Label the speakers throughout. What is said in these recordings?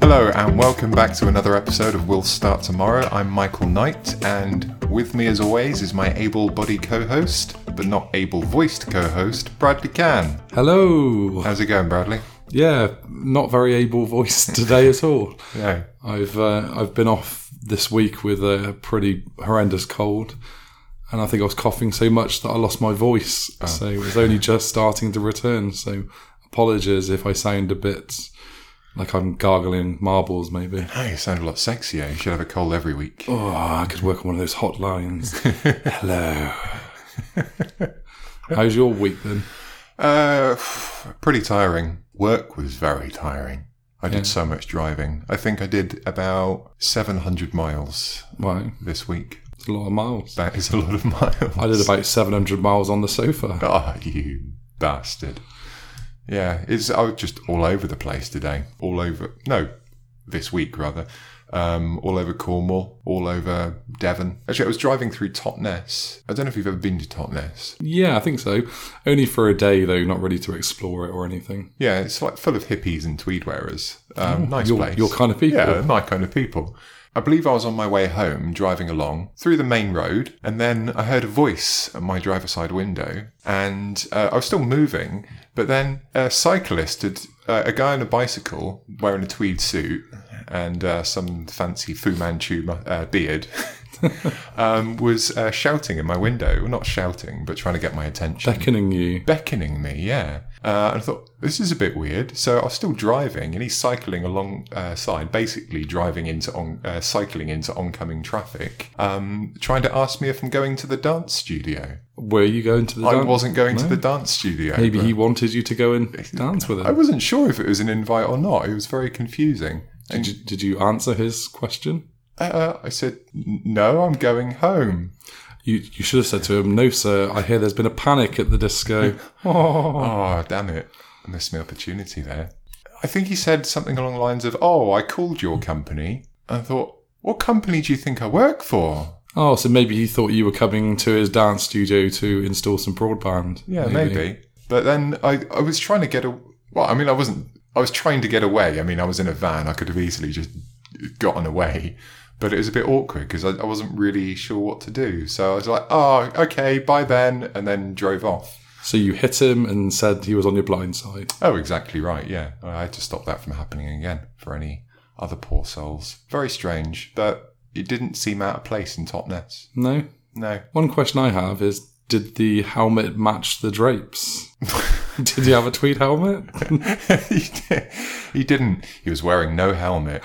Speaker 1: Hello, and welcome back to another episode of We'll Start Tomorrow. I'm Michael Knight, and with me, as always, is my able bodied co host, but not able voiced co host, Bradley Can.
Speaker 2: Hello.
Speaker 1: How's it going, Bradley?
Speaker 2: Yeah, not very able voice today at all.
Speaker 1: Yeah.
Speaker 2: I've uh, I've been off this week with a pretty horrendous cold, and I think I was coughing so much that I lost my voice. So it was only just starting to return. So apologies if I sound a bit like I'm gargling marbles, maybe.
Speaker 1: Oh, you sound a lot sexier. You should have a cold every week.
Speaker 2: Oh, I could work on one of those hot lines. Hello. How's your week then?
Speaker 1: Uh, pretty tiring. Work was very tiring. I did so much driving. I think I did about 700 miles
Speaker 2: Wow,
Speaker 1: this week.
Speaker 2: it's a lot of miles.
Speaker 1: That is a lot of miles.
Speaker 2: I did about 700 miles on the sofa.
Speaker 1: Ah, you bastard. Yeah, it's I was just all over the place today. All over no, this week rather. Um, all over Cornwall, all over Devon. Actually, I was driving through Totnes. I don't know if you've ever been to Totnes.
Speaker 2: Yeah, I think so. Only for a day though, not really to explore it or anything.
Speaker 1: Yeah, it's like full of hippies and tweed wearers. Um, nice
Speaker 2: Oh, Your,
Speaker 1: place.
Speaker 2: your kind of people.
Speaker 1: Yeah, my kind of people. I believe I was on my way home driving along through the main road, and then I heard a voice at my driver's side window, and uh, I was still moving, but then a cyclist had. Uh, a guy on a bicycle wearing a tweed suit and uh, some fancy Fu Manchu mu- uh, beard um, was uh, shouting in my window. Well, not shouting, but trying to get my attention
Speaker 2: Beckoning you.
Speaker 1: beckoning me, yeah. Uh, and I thought, this is a bit weird. So I was still driving, and he's cycling alongside, basically driving into on, uh, cycling into oncoming traffic, um, trying to ask me if I'm going to the dance studio.
Speaker 2: Were you going to the
Speaker 1: I
Speaker 2: dance?
Speaker 1: wasn't going to the dance studio.
Speaker 2: Maybe
Speaker 1: but
Speaker 2: he wanted you to go and dance with
Speaker 1: I
Speaker 2: him.
Speaker 1: wasn't sure if it was an invite or not. It was very confusing.
Speaker 2: Did you, did you answer his question?
Speaker 1: Uh, I said, no, I'm going home.
Speaker 2: You, you should have said to him, "No, sir. I hear there's been a panic at the disco." oh,
Speaker 1: Oh, damn it. I missed my opportunity there. I think he said something along the lines of, Oh, I called your company. And I thought, What company do you think I work for?
Speaker 2: oh, so maybe he thought you were coming to his dance studio to install some broadband.
Speaker 1: Yeah, maybe. But then I, I was trying to get a. Well, I mean, I wasn't. I was trying to get away. I mean, I was in a van. I could have easily just gotten away. But it was a bit awkward because I, I wasn't really sure what to do. So I was like, Oh, okay, bye then. And then drove off.
Speaker 2: So you hit him and said he was on your blind side.
Speaker 1: Oh, exactly right. Yeah, I had to stop that from happening again for any other poor souls. Very strange, but it didn't seem out of place in Totnes.
Speaker 2: No.
Speaker 1: No,
Speaker 2: One question I have is did the helmet match the drapes? did you have a tweed helmet?
Speaker 1: he di- he didn't. He was wearing no helmet.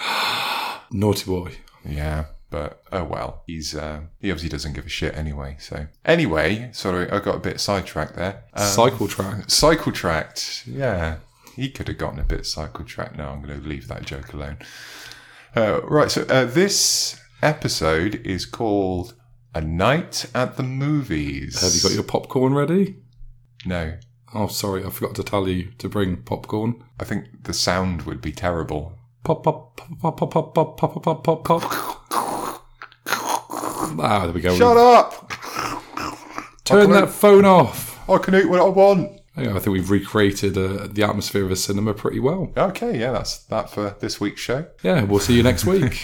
Speaker 2: Naughty boy.
Speaker 1: Yeah, but oh well. He's uh, he obviously doesn't give a shit anyway. So anyway, sorry, I got a bit sidetracked there. Uh,
Speaker 2: Cycle track.
Speaker 1: cycle tracked. Yeah, he could have gotten a bit cycle tracked. No, I'm going to leave that joke alone. Uh, right. So uh, this episode is called "A Night at the Movies."
Speaker 2: Have you got your popcorn ready?
Speaker 1: No,
Speaker 2: Oh, sorry, I forgot to tell you to bring popcorn.
Speaker 1: I think the sound would be terrible.
Speaker 2: Pop, pop, pop, pop, pop, pop, pop, pop, pop, pop, pop. Ah, there we go.
Speaker 1: Shut up!
Speaker 2: Turn that phone off.
Speaker 1: I can eat what I want.
Speaker 2: Yeah, I think we've recreated uh, the atmosphere of a cinema pretty well.
Speaker 1: Okay, yeah, that's that for this week's show.
Speaker 2: Yeah, we'll see you next week.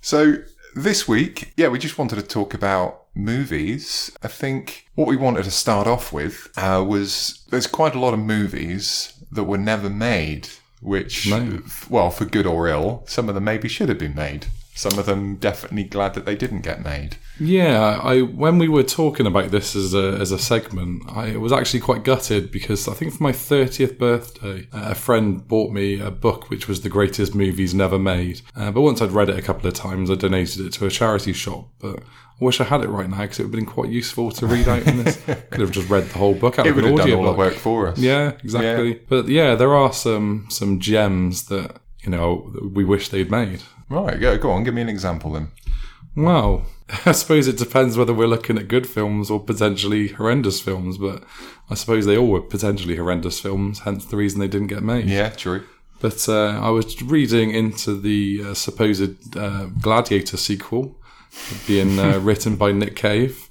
Speaker 1: So this week, yeah, we just wanted to talk about movies. I think what we wanted to start off with uh, was there's quite a lot of movies that were never made, which,
Speaker 2: No.
Speaker 1: f- well, for good or ill, some of them maybe should have been made. Some of them definitely glad that they didn't get made.
Speaker 2: Yeah, I when we were talking about this as a as a segment, I was actually quite gutted because I think for my thirtieth birthday, uh, a friend bought me a book which was the greatest movies never made. Uh, but once I'd read it a couple of times, I donated it to a charity shop. But I wish I had it right now because it would have been quite useful to read out in this. Could have just read the whole book out
Speaker 1: It
Speaker 2: of
Speaker 1: would
Speaker 2: an
Speaker 1: have done
Speaker 2: audio
Speaker 1: all the
Speaker 2: book.
Speaker 1: work for us.
Speaker 2: Yeah, exactly. But yeah, there are some some gems that you know we wish they'd made.
Speaker 1: Right, go, go on, give me an example then.
Speaker 2: Well, I suppose it depends whether we're looking at good films or potentially horrendous films, but I suppose they all were potentially horrendous films, hence the reason they didn't get made.
Speaker 1: Yeah, true.
Speaker 2: But uh, I was reading into the uh, supposed uh, Gladiator sequel being uh, written by Nick Cave.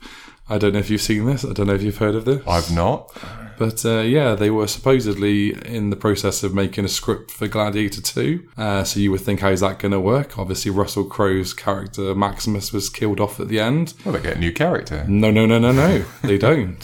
Speaker 2: I don't know if you've seen this, I don't know if you've heard of this.
Speaker 1: I've not.
Speaker 2: But uh, yeah, they were supposedly in the process of making a script for Gladiator 2. Uh, so you would think, how's that going to work? Obviously, Russell Crowe's character Maximus was killed off at the end.
Speaker 1: Well, they get a new character.
Speaker 2: No, no, no, no, no. They don't.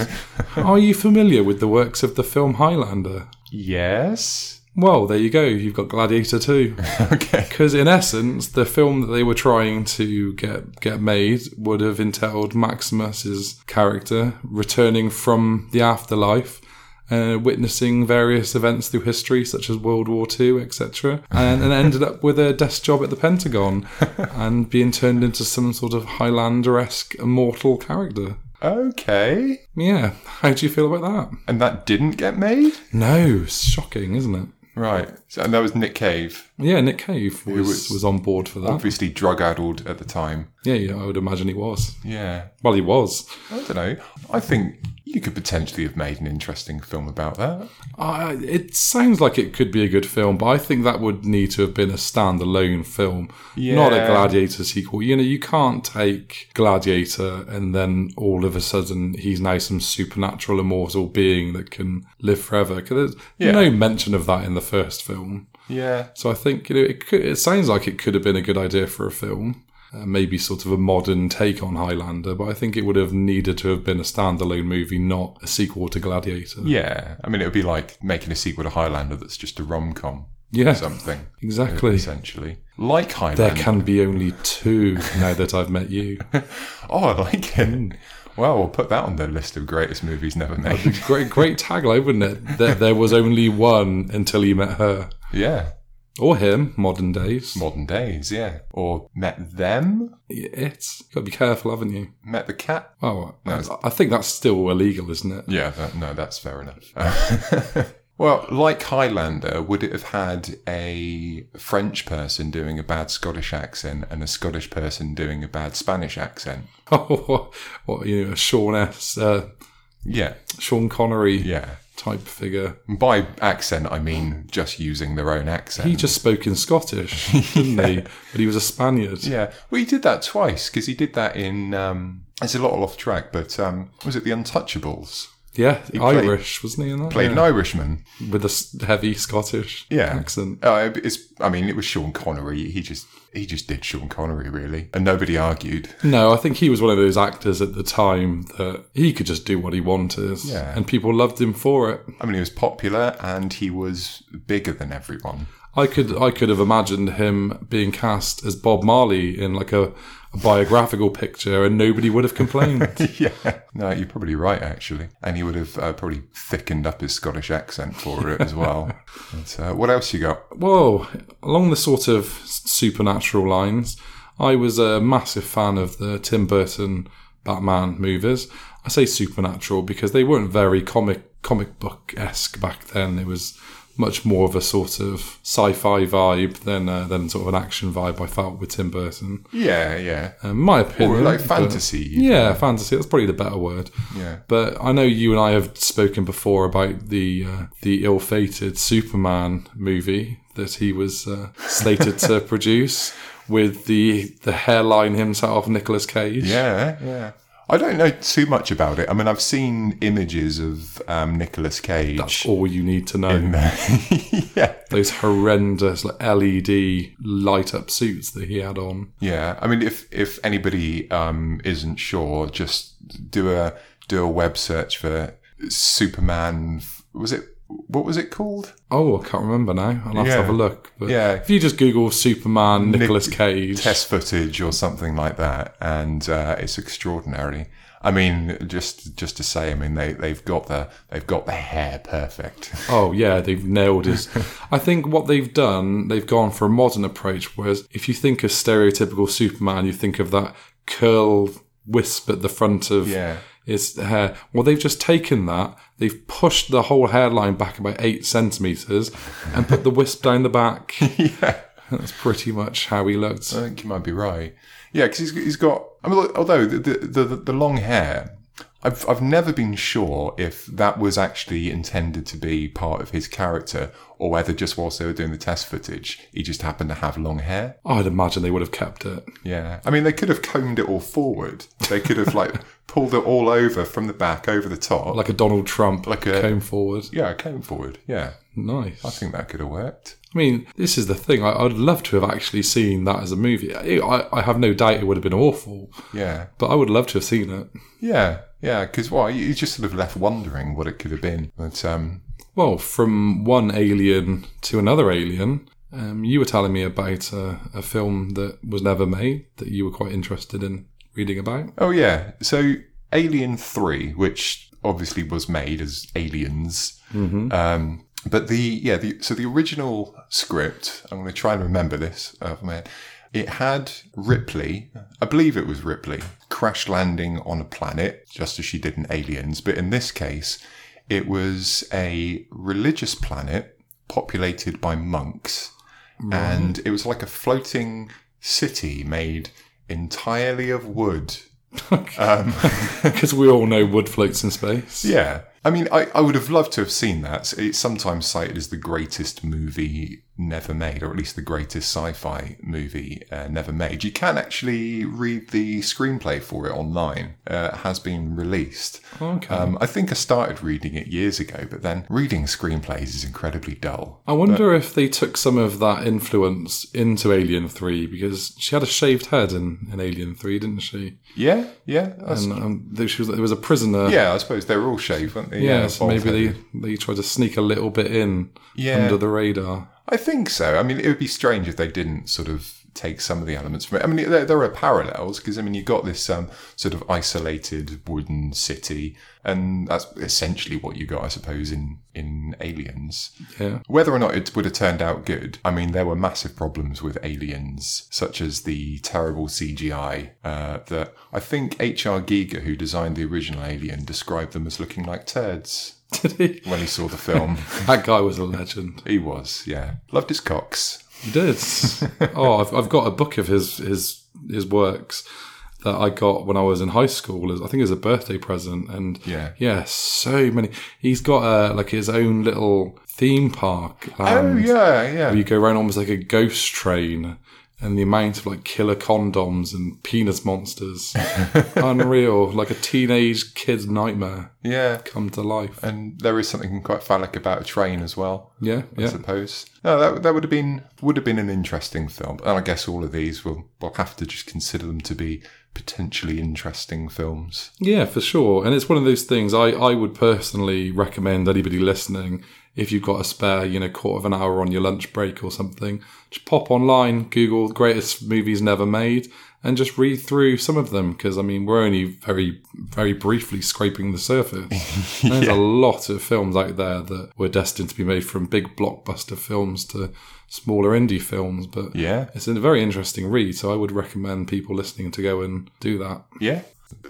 Speaker 2: Are you familiar with the works of the film Highlander?
Speaker 1: Yes.
Speaker 2: Well, there you go. You've got Gladiator 2.
Speaker 1: Okay.
Speaker 2: Because in essence, the film that they were trying to get get made would have entailed Maximus's character returning from the afterlife, uh, witnessing various events through history, such as World War II, etc., and, and ended up with a desk job at the Pentagon and being turned into some sort of Highlander-esque immortal character.
Speaker 1: Okay.
Speaker 2: Yeah, how do you feel about that?
Speaker 1: And that didn't get made?
Speaker 2: No, shocking, isn't it?
Speaker 1: Right. So, and that was Nick Cave,
Speaker 2: Yeah, Nick Cave was,
Speaker 1: was-
Speaker 2: was, on board for that.
Speaker 1: obviously drug addled at the time.
Speaker 2: Yeah, yeah, I would imagine he was.
Speaker 1: Yeah.
Speaker 2: Well, he was.
Speaker 1: I don't know. I think you could potentially have made an interesting film about that.
Speaker 2: Uh, it sounds like it could be a good film, but I think that would need to have been a standalone film, not a
Speaker 1: Yeah.
Speaker 2: Gladiator sequel. You know, you can't take Gladiator and then all of a sudden he's now some supernatural immortal being that can live forever. 'Cause there's
Speaker 1: Yeah.
Speaker 2: no mention of that in the first film.
Speaker 1: Yeah.
Speaker 2: So I think you know it. Could, it sounds like it could have been a good idea for a film, uh, maybe sort of a modern take on Highlander. But I think it would have needed to have been a standalone movie, not a sequel to Gladiator.
Speaker 1: Yeah. I mean, it would be like making a sequel to Highlander that's just a rom com
Speaker 2: Yeah,
Speaker 1: or something,
Speaker 2: exactly.
Speaker 1: essentially. Like
Speaker 2: There
Speaker 1: Highlander.
Speaker 2: can be only two now that I've met you.
Speaker 1: oh, I like it. Well, we'll put that on the list of greatest movies never made.
Speaker 2: Great, great tagline, wouldn't it? That there was only one until you met her
Speaker 1: yeah.
Speaker 2: or him. Modern days.
Speaker 1: Modern days, yeah. Or Met Them?
Speaker 2: It. Got to be careful, haven't you?
Speaker 1: Met the Cat?
Speaker 2: Oh, I, I think that's still illegal, isn't it?
Speaker 1: Yeah, that, no, that's fair enough. Uh, well, like Highlander, would it have had a French person doing a bad Scottish accent and a Scottish person doing a bad Spanish accent?
Speaker 2: Oh, what you know, Sean S. Uh,
Speaker 1: Yeah,
Speaker 2: Sean Connery
Speaker 1: yeah.
Speaker 2: type figure.
Speaker 1: And By accent, I mean just using their own accent.
Speaker 2: He just spoke in Scottish, didn't he? But he was a Spaniard.
Speaker 1: yeah, well, he did that twice because he did that in. Um, it's a lot off track, but um, was it The Untouchables?
Speaker 2: Yeah,
Speaker 1: played-
Speaker 2: Irish, wasn't he in that?
Speaker 1: Played an Irishman.
Speaker 2: Yeah. With a s- heavy Scottish
Speaker 1: Yeah.
Speaker 2: accent.
Speaker 1: Uh, it's, I mean, it was Sean Connery. He just he just did Sean Connery really, and nobody argued.
Speaker 2: No, I think he was one of those actors at the time that he could just do what he wanted.
Speaker 1: Yeah.
Speaker 2: And people loved him for it.
Speaker 1: I mean, he was popular and he was bigger than everyone.
Speaker 2: I could I could have imagined him being cast as Bob Marley in like a, a biographical picture and nobody would have complained.
Speaker 1: yeah. No, you're probably right, actually. And he would have uh, probably thickened up his Scottish accent for it as well. but, uh, what else you got?
Speaker 2: Whoa, along the sort of supernatural lines, I was a massive fan of the Tim Burton Batman movies. I say supernatural because they weren't very comic comic book esque back then. It was much more of a sort of sci-fi vibe than uh, than sort of an action vibe I felt with Tim Burton.
Speaker 1: Yeah, yeah.
Speaker 2: Um, my
Speaker 1: Or
Speaker 2: opinion,
Speaker 1: like
Speaker 2: but-
Speaker 1: fantasy.
Speaker 2: yeah, fantasy. That's probably the better word.
Speaker 1: Yeah.
Speaker 2: But I know you and I have spoken before about the uh, the ill-fated Superman movie that he was uh, slated to produce with the the hairline himself, Nicolas Cage.
Speaker 1: Yeah, yeah. I don't know too much about it. I mean, I've seen images of um, Nicolas Cage.
Speaker 2: All you need to know.
Speaker 1: yeah.
Speaker 2: Those horrendous like LED light up suits that he had on.
Speaker 1: Yeah, I mean, if if anybody um, isn't sure, just do a do a web search for Superman. Was it what was it called?
Speaker 2: Oh, I can't remember now. I'll have
Speaker 1: Yeah.
Speaker 2: to have a look. But
Speaker 1: Yeah.
Speaker 2: if you just Google Superman Nicolas Cage,
Speaker 1: Test footage or something like that, and uh, it's extraordinary. I mean, just just to say, I mean, they they've got the they've got the hair perfect.
Speaker 2: Oh yeah, they've nailed it. I think what they've done, they've gone for a modern approach. Whereas if you think of stereotypical Superman, you think of that curl wisp at the front of
Speaker 1: Yeah.
Speaker 2: his hair. Well, they've just taken that, they've pushed the whole hairline back about eight centimeters, and put the wisp down the back.
Speaker 1: yeah,
Speaker 2: That's pretty much how he looked.
Speaker 1: I think you might be right. Yeah, because he's, he's got. I mean, although the the, the, the long hair. I've, I've never been sure if that was actually intended to be part of his character or whether just whilst they were doing the test footage, he just happened to have long hair.
Speaker 2: I'd imagine they would have kept it.
Speaker 1: Yeah. I mean, they could have combed it all forward. They could have, like, pulled it all over from the back, over the top.
Speaker 2: Like a Donald Trump
Speaker 1: Like a-
Speaker 2: came forward.
Speaker 1: yeah, I came forward. Yeah,
Speaker 2: Nice.
Speaker 1: I think that could have worked.
Speaker 2: I mean, this is the thing. I, I'd love to have actually seen that as a movie. I, I have no doubt it would have been awful,
Speaker 1: Yeah,
Speaker 2: but I would love to have seen it.
Speaker 1: yeah, yeah. Because why? you just sort of left wondering what it could have been. But um,
Speaker 2: Well, from one alien to another alien, um, you were telling me about uh, a film that was never made that you were quite interested in reading about.
Speaker 1: oh yeah, so Alien Three, which obviously was made as Aliens. Um, but the yeah, the so the original script. I'm going to try and remember this. Uh, man. It had Ripley, I believe it was Ripley, crash landing on a planet, just as she did in Aliens. But in this case, it was a religious planet populated by monks. And it was like a floating city made entirely of wood.
Speaker 2: Because we all know wood floats in space.
Speaker 1: Um, Yeah. I mean, I, I would have loved to have seen that. It's sometimes cited as the greatest movie never made, or at least the greatest sci fi movie uh, never made. You can actually read the screenplay for it online, uh, it has been released.
Speaker 2: Okay.
Speaker 1: Um, I think I started reading it years ago, but then reading screenplays is incredibly dull.
Speaker 2: I wonder if they took some of that influence into Alien 3 because she had a shaved head in, in Alien 3, didn't she?
Speaker 1: Yeah, yeah. That's,
Speaker 2: And um, there, she was, there was a prisoner.
Speaker 1: yeah, I suppose they're all shaved, weren't they?
Speaker 2: Yeah, so
Speaker 1: bald
Speaker 2: maybe
Speaker 1: headed.
Speaker 2: they, they tried to sneak a little bit in
Speaker 1: Yeah.
Speaker 2: under the radar.
Speaker 1: I think so. I mean, it would be strange if they didn't sort of take some of the elements from it. I mean, there, there are parallels because I mean, you've got this um, sort of isolated wooden city, and that's essentially what you got, I suppose, in in Aliens.
Speaker 2: Yeah.
Speaker 1: Whether or not it would have turned out good, I mean, there were massive problems with Aliens, such as the terrible CGI uh, that I think H.R. Giger, who designed the original Alien, described them as looking like turds
Speaker 2: Did he?
Speaker 1: when he saw the film.
Speaker 2: That guy was a legend.
Speaker 1: he was, yeah, loved his cocks.
Speaker 2: He did. oh, I've, I've got a book of his his his works that I got when I was in high school. as- I think it was a birthday present, and
Speaker 1: Yeah.
Speaker 2: yeah, so many. He's got uh, like his own little theme park.
Speaker 1: Oh
Speaker 2: land
Speaker 1: yeah, yeah.
Speaker 2: where you go around almost like a ghost train, and the amount of like killer condoms and penis monsters, unreal, like a teenage kid's nightmare
Speaker 1: Yeah.
Speaker 2: come to life.
Speaker 1: And there is something quite phallic about a train as well,
Speaker 2: Yeah,
Speaker 1: I
Speaker 2: yeah.
Speaker 1: suppose. No, that, that would have been would have been an interesting film. And I guess all of these will we'll have to just consider them to be potentially interesting films.
Speaker 2: Yeah, for sure. And it's one of those things I, I would personally recommend anybody listening, if you've got a spare, you know, quarter of an hour on your lunch break or something, just pop online, Google greatest movies never made, and just read through some of them. Because, I mean, we're only very, very briefly scraping the surface. There's a lot of films out there that were destined to be made from big blockbuster films to smaller indie films. But
Speaker 1: Yeah.
Speaker 2: it's a very interesting read. So I would recommend people listening to go and do that.
Speaker 1: Yeah.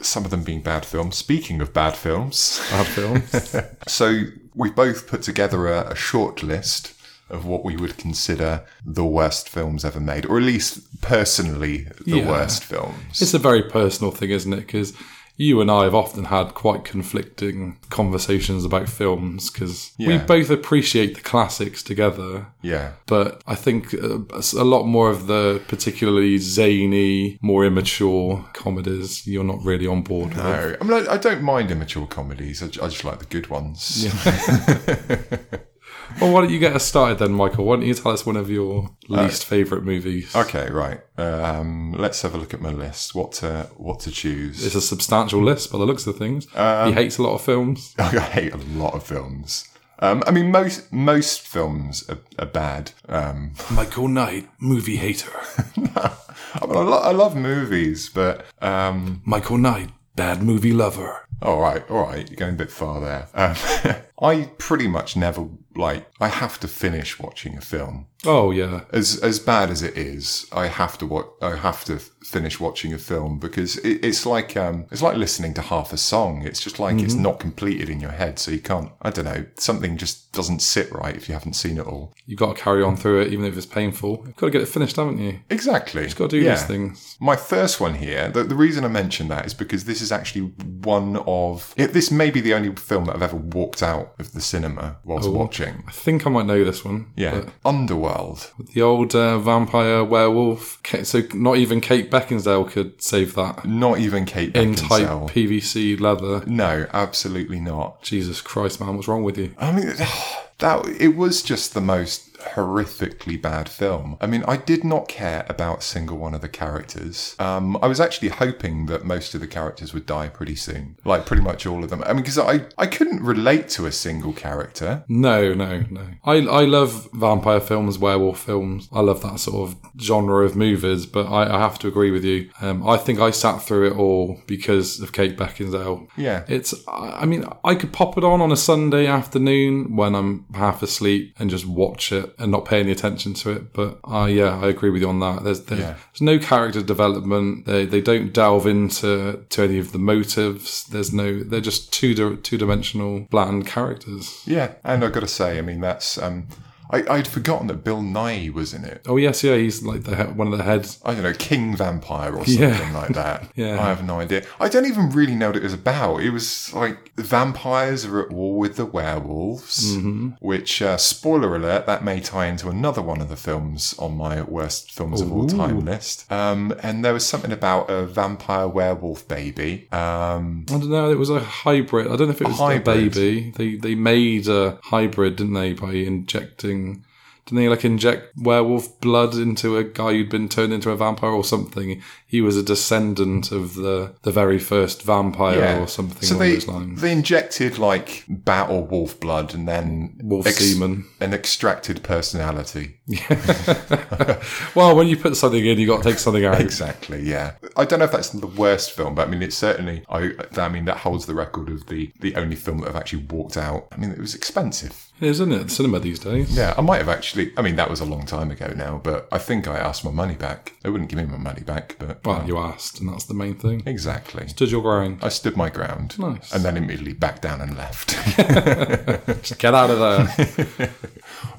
Speaker 1: Some of them being bad films. Speaking of bad films,
Speaker 2: Bad films.
Speaker 1: so we've both put together a, a short list of what we would consider the worst films ever made, or at least personally the
Speaker 2: Yeah.
Speaker 1: worst films.
Speaker 2: It's a very personal thing, isn't it? Because you and I have often had quite conflicting conversations about films because we
Speaker 1: Yeah.
Speaker 2: both appreciate the classics together.
Speaker 1: yeah.
Speaker 2: But I think uh, a lot more of the particularly zany, more immature comedies you're not really on board with.
Speaker 1: No, I mean, I, I don't mind immature comedies. I, ju- I just like the good ones.
Speaker 2: Well, why don't you get us started then, Michael? Why don't you tell us one of your least favourite movies?
Speaker 1: Uh, Okay, right. Um, let's have a look at my list. What to what to choose?
Speaker 2: It's a substantial list by the looks of things.
Speaker 1: Um,
Speaker 2: he hates a lot of films.
Speaker 1: I hate a lot of films. Um, I mean, most most films are, are bad. Um,
Speaker 2: Michael Knight, movie hater.
Speaker 1: I, mean, I, lo- I love movies, but um,
Speaker 2: Michael Knight, bad movie lover.
Speaker 1: all right, all right, you're going a bit far there. Um, I pretty much never like. I have to finish watching a film.
Speaker 2: Oh, yeah.
Speaker 1: as as bad as it is, I have to watch. I have to finish watching a film because it, it's like um, it's like listening to half a song. It's just like
Speaker 2: Mm-hmm.
Speaker 1: it's not completed in your head, so you can't. I don't know. Something just doesn't sit right if you haven't seen it all.
Speaker 2: You've got to carry on through it, even if it's painful. You've got to get it finished, haven't you? You've
Speaker 1: Exactly.
Speaker 2: got to do
Speaker 1: Yeah.
Speaker 2: these things.
Speaker 1: My first one here, the, the reason I mentioned that is because this is actually one of. It, this may be the only film that I've ever walked out out of the cinema whilst
Speaker 2: Oh.
Speaker 1: watching.
Speaker 2: I think I might know this one.
Speaker 1: Yeah. Underworld.
Speaker 2: But the old uh, vampire werewolf. Ca- So not even Kate Beckinsale could save that
Speaker 1: Not even Kate
Speaker 2: in tight
Speaker 1: Beckinsale.
Speaker 2: PVC leather.
Speaker 1: no, absolutely not.
Speaker 2: Jesus Christ, man, what's wrong with you?
Speaker 1: I mean, that it was just the most horrifically bad film. I mean, I did not care about a single one of the characters. Um, I was actually hoping that most of the characters would die pretty soon, like pretty much all of them. I mean, because I I couldn't relate to a single character.
Speaker 2: No, no, no. I I love vampire films, werewolf films. I love that sort of genre of movies. But I, I have to agree with you. Um, I think I sat through it all because of Kate Beckinsale.
Speaker 1: Yeah.
Speaker 2: It's, I I mean, I could pop it on on a Sunday afternoon when I'm half asleep and just watch it and not pay any attention to it. But I, yeah, I agree with you on that. There's, there's,
Speaker 1: Yeah.
Speaker 2: there's no character development. They, they don't delve into to any of the motives. There's no, they're just two di- two dimensional bland characters.
Speaker 1: Yeah, and I've got to say, I mean, that's um, I I'd forgotten that Bill Nye was in it.
Speaker 2: Oh yes, yeah, he's like the he- one of the heads.
Speaker 1: I don't know, King Vampire or something
Speaker 2: Yeah.
Speaker 1: like that.
Speaker 2: Yeah.
Speaker 1: I have no idea. I don't even really know what it was about. It was like vampires are at war with the werewolves,
Speaker 2: Mm-hmm.
Speaker 1: which, uh, spoiler alert, that may tie into another one of the films on my worst films of all time list. Um, and there was something about a vampire werewolf baby. Um,
Speaker 2: I don't know. It was a hybrid. I don't know if it was a
Speaker 1: hybrid.
Speaker 2: baby. They they made a hybrid, didn't they? By injecting, didn't they like inject werewolf blood into a guy who'd been turned into a vampire or something? He was a descendant of the the very first vampire or something
Speaker 1: So
Speaker 2: along
Speaker 1: they,
Speaker 2: those lines.
Speaker 1: they injected like bat or wolf blood and then
Speaker 2: Wolf
Speaker 1: ex-
Speaker 2: semen.
Speaker 1: an extracted personality.
Speaker 2: Well, when you put something in, you got to take something out.
Speaker 1: Exactly. Yeah. I don't know if that's the worst film, but I mean, it's certainly. I. I mean, that holds the record of the the only film that I've actually walked out. I mean, it was expensive.
Speaker 2: Isn't it cinema these days?
Speaker 1: Yeah, I might have actually. I mean, that was a long time ago now, but I think I asked my money back. They wouldn't give me my money back, but
Speaker 2: Well, you asked, and that's the main thing.
Speaker 1: exactly.
Speaker 2: Stood your ground.
Speaker 1: I stood my ground.
Speaker 2: Nice.
Speaker 1: And then immediately backed down and left.
Speaker 2: Just get out of there.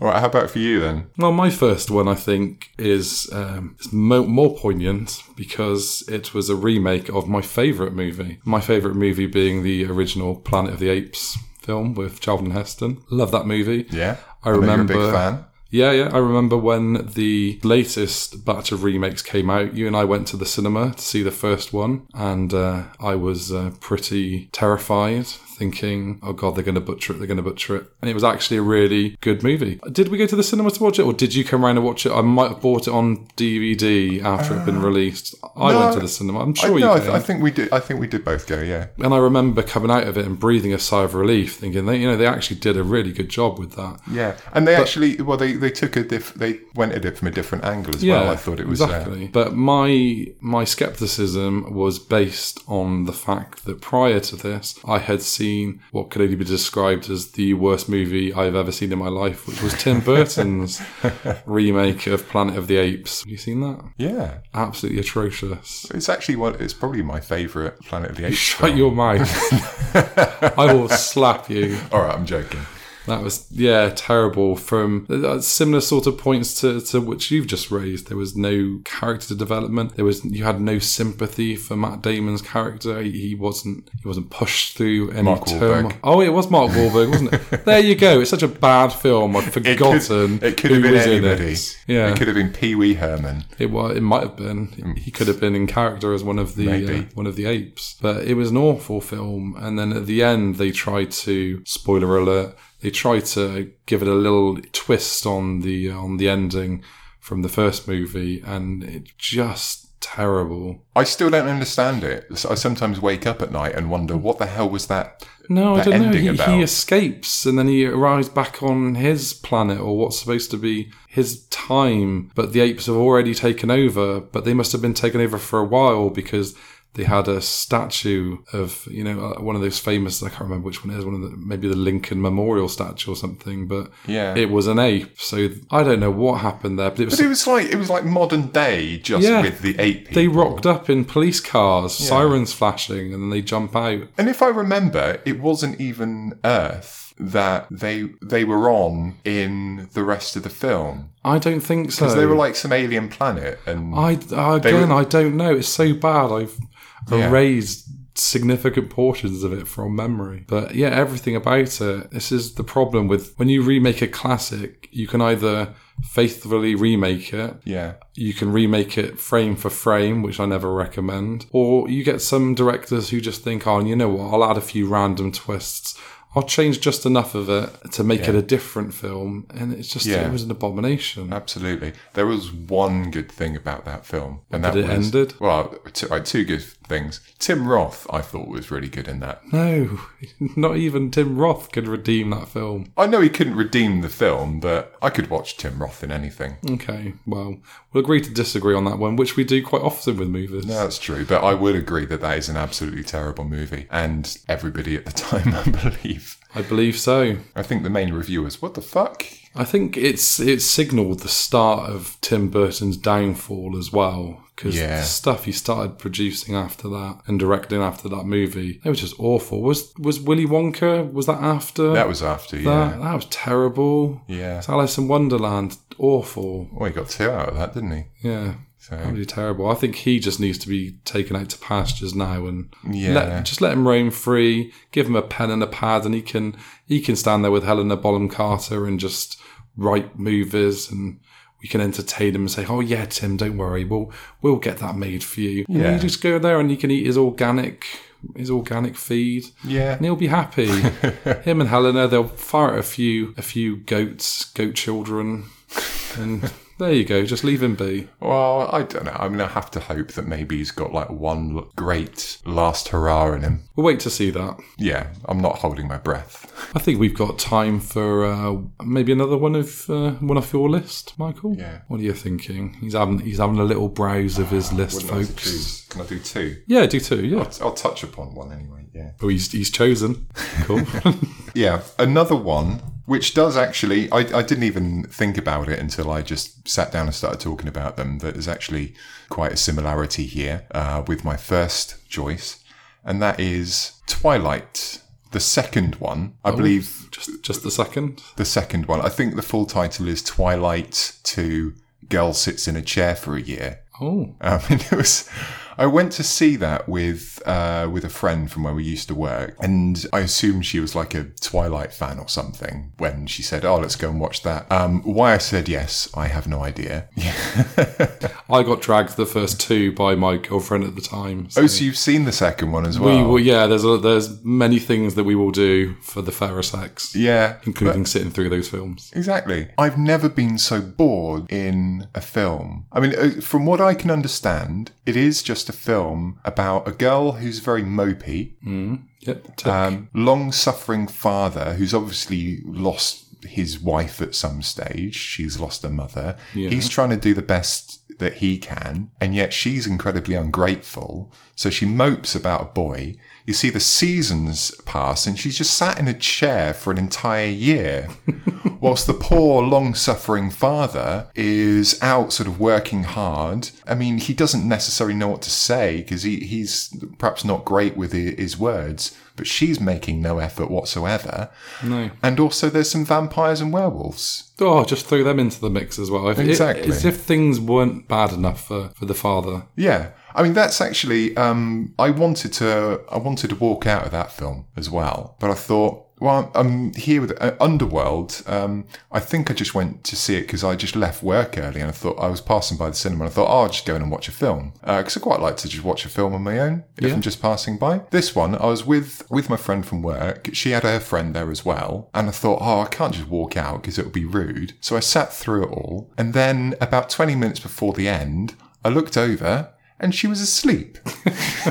Speaker 1: All right. How about for you then?
Speaker 2: Well, my first one, I think, is um, is mo- more poignant because it was a remake of my favourite movie. My favourite movie being the original Planet of the Apes film with Charlton Heston. Love that movie.
Speaker 1: Yeah.
Speaker 2: I
Speaker 1: know
Speaker 2: remember.
Speaker 1: You're a big fan.
Speaker 2: Yeah, yeah. I remember when the latest batch of remakes came out. You and I went to the cinema to see the first one, and uh, I was uh, pretty terrified, thinking, "Oh God, they're going to butcher it. They're going to butcher it." And it was actually a really good movie. Did we go to the cinema to watch it, or did you come round and watch it? I might have bought it on DVD after it'd been released. I went to the cinema. I'm
Speaker 1: Uh, I,
Speaker 2: sure you.
Speaker 1: no, I,
Speaker 2: did
Speaker 1: th- I think we did. I think we did both go. Yeah.
Speaker 2: and I remember coming out of it and breathing a sigh of relief, thinking, they, you know, they actually did a really good job with that.
Speaker 1: Yeah. And they actually, well, they they took a diff. They went at it from a different angle as well. I thought it was uh,
Speaker 2: exactly. but my my skepticism was based on the fact that prior to this, I had seen what could only be described as the worst movie I've ever seen in my life, which was Tim Burton's remake of Planet of the Apes. Have you seen that?
Speaker 1: Yeah,
Speaker 2: Absolutely atrocious.
Speaker 1: it's actually one. It's probably my favourite Planet of the Apes.
Speaker 2: Shut your mouth. I will slap you.
Speaker 1: All right, I'm joking.
Speaker 2: That was yeah terrible. From uh, similar sort of points to, to which you've just raised, there was no character development. There was you had no sympathy for Matt Damon's character. He, he wasn't he wasn't pushed through any
Speaker 1: Mark Wahlberg.
Speaker 2: turmoil. Oh, it was Mark Wahlberg, wasn't it? there you go. It's such a bad film. I've
Speaker 1: It could,
Speaker 2: forgotten.
Speaker 1: it could
Speaker 2: who
Speaker 1: have been
Speaker 2: was in
Speaker 1: anybody.
Speaker 2: it. Yeah,
Speaker 1: it could have been Pee Wee Herman.
Speaker 2: it was. It might have been. He could have been in character as one of the uh,
Speaker 1: Maybe.
Speaker 2: one of the apes. But it was an awful film. And then at the end, they tried to spoiler alert. They tried to give it a little twist on the uh, on the ending from the first movie, and it just terrible.
Speaker 1: I still don't understand it. So I sometimes wake up at night and wonder what the hell was that.
Speaker 2: No,
Speaker 1: That
Speaker 2: I don't know.
Speaker 1: ending
Speaker 2: He,
Speaker 1: about-
Speaker 2: he escapes and then he arrives back on his planet or what's supposed to be his time, but the apes have already taken over. But they must have been taken over for a while because they had a statue of you know uh, one of those famous I can't remember which one it is one of the maybe the Lincoln Memorial statue or something, but
Speaker 1: Yeah.
Speaker 2: it was an ape. So I don't know what happened there, but it was.
Speaker 1: But it was like it was like modern day, just
Speaker 2: Yeah.
Speaker 1: with the ape.
Speaker 2: they
Speaker 1: people.
Speaker 2: rocked up in police cars, sirens flashing, and then they jump out.
Speaker 1: And if I remember, it wasn't even Earth that they they were on in the rest of the film.
Speaker 2: I don't think so.
Speaker 1: Because they were like some alien planet, and
Speaker 2: Oh. I again,
Speaker 1: were-
Speaker 2: I don't know. It's so bad. I've erased significant portions of it from memory. But yeah, everything about it. This is the problem with when you remake a classic, you can either faithfully remake it
Speaker 1: Yeah.
Speaker 2: you can remake it frame for frame, which I never recommend. Or you get some directors who just think, oh, you know what, I'll add a few random twists. I'll change just enough of it to make it a different film. And it's just,
Speaker 1: Yeah.
Speaker 2: it was an abomination.
Speaker 1: Absolutely. There was one good thing about that film, and that
Speaker 2: Did it
Speaker 1: was
Speaker 2: ended?
Speaker 1: well, two, right, two good things. Tim Roth, I thought, was really good in that.
Speaker 2: No, not even Tim Roth could redeem that film.
Speaker 1: I know he couldn't redeem the film, but I could watch Tim Roth in anything.
Speaker 2: Okay, well, we'll agree to disagree on that one, which we do quite often with movies.
Speaker 1: That's true, but I would agree that that is an absolutely terrible movie, and everybody at the time, I believe.
Speaker 2: I believe so.
Speaker 1: I think the main review was, "What the fuck?"
Speaker 2: I think it's it signalled the start of Tim Burton's downfall as well because
Speaker 1: Yeah.
Speaker 2: the stuff he started producing after that and directing after that movie it was just awful. Was was Willy Wonka? Was that after
Speaker 1: That was after,
Speaker 2: that?
Speaker 1: yeah,
Speaker 2: That was terrible.
Speaker 1: yeah.
Speaker 2: It's Alice in Wonderland, awful.
Speaker 1: Well, he got two out of that, didn't he?
Speaker 2: Yeah,
Speaker 1: So
Speaker 2: really terrible. I think he just needs to be taken out to pastures now and
Speaker 1: yeah,
Speaker 2: let, just let him roam free. Give him a pen and a pad, and he can he can stand there with Helena Bonham Carter and just write movies, and we can entertain him and say, "Oh yeah, Tim, don't worry, we'll we'll get that made for you." And
Speaker 1: Yeah.
Speaker 2: you just go there and he can eat his organic his organic feed,
Speaker 1: yeah.
Speaker 2: and he'll be happy. him and Helena, they'll fire at a few a few goats, goat children, and. There you go. Just leave him be.
Speaker 1: Well, I don't know. I mean, I have to hope that maybe he's got like one l- great last hurrah in him.
Speaker 2: We'll wait to see that.
Speaker 1: Yeah, I'm not holding my breath.
Speaker 2: I think we've got time for uh, maybe another one of uh, one off your list, Michael.
Speaker 1: Yeah.
Speaker 2: What are you thinking? He's having he's having a little browse of his list, folks.
Speaker 1: Can I do two?
Speaker 2: Yeah, do too. Yeah.
Speaker 1: I'll, I'll touch upon one anyway. Yeah.
Speaker 2: Oh, he's he's chosen. Cool.
Speaker 1: Yeah, another one which does actually. I, I didn't even think about it until I just sat down and started talking about them. That there's actually quite a similarity here uh, with my first choice, and that is Twilight. The second one, I believe
Speaker 2: just just a second.
Speaker 1: the second one. I think the full title is Twilight Two: Girl Sits in a Chair for a Year.
Speaker 2: Oh,
Speaker 1: Um, and it was, I went to see that with uh, with a friend from where we used to work, and I assumed she was like a Twilight fan or something when she said, "Oh, let's go and watch that." Um, why I said yes, I have no idea.
Speaker 2: I got dragged the first two by my girlfriend at the time. So
Speaker 1: Oh, so you've seen the second one as well?
Speaker 2: we will. Yeah, there's a, there's many things that we will do for the fairer sex,
Speaker 1: yeah,
Speaker 2: including sitting through those films.
Speaker 1: Exactly. I've never been so bored in a film. I mean, uh, from what I can understand, it is just a film about a girl who's very mopey,
Speaker 2: Yep. tick.
Speaker 1: um, long suffering father who's obviously lost his wife at some stage. She's lost her mother. He's trying to do the best that he can, and yet she's incredibly ungrateful. So she mopes about a boy. You see the seasons pass, and she's just sat in a chair for an entire year. Whilst the poor, long suffering father is out sort of working hard, I mean, he doesn't necessarily know what to say because he, he's perhaps not great with hi- his words, but she's making no effort whatsoever.
Speaker 2: no.
Speaker 1: And also, there's some vampires and werewolves.
Speaker 2: Oh, just throw them into the mix as well. If,
Speaker 1: Exactly.
Speaker 2: as if things weren't bad enough for, for the father.
Speaker 1: Yeah. I mean that's actually um, I wanted to I wanted to walk out of that film as well, but I thought, well, I'm here with uh, Underworld. Um, I think I just went to see it because I just left work early, and I thought I was passing by the cinema. and I thought, oh, I'll just go in and watch a film because I quite like to just watch a film on my own if I'm just passing by. This one I was with with my friend from work. She had her friend there as well, and I thought, oh, I can't just walk out because it would be rude. So I sat through it all, and then about 20 minutes before the end. I looked over and she was asleep.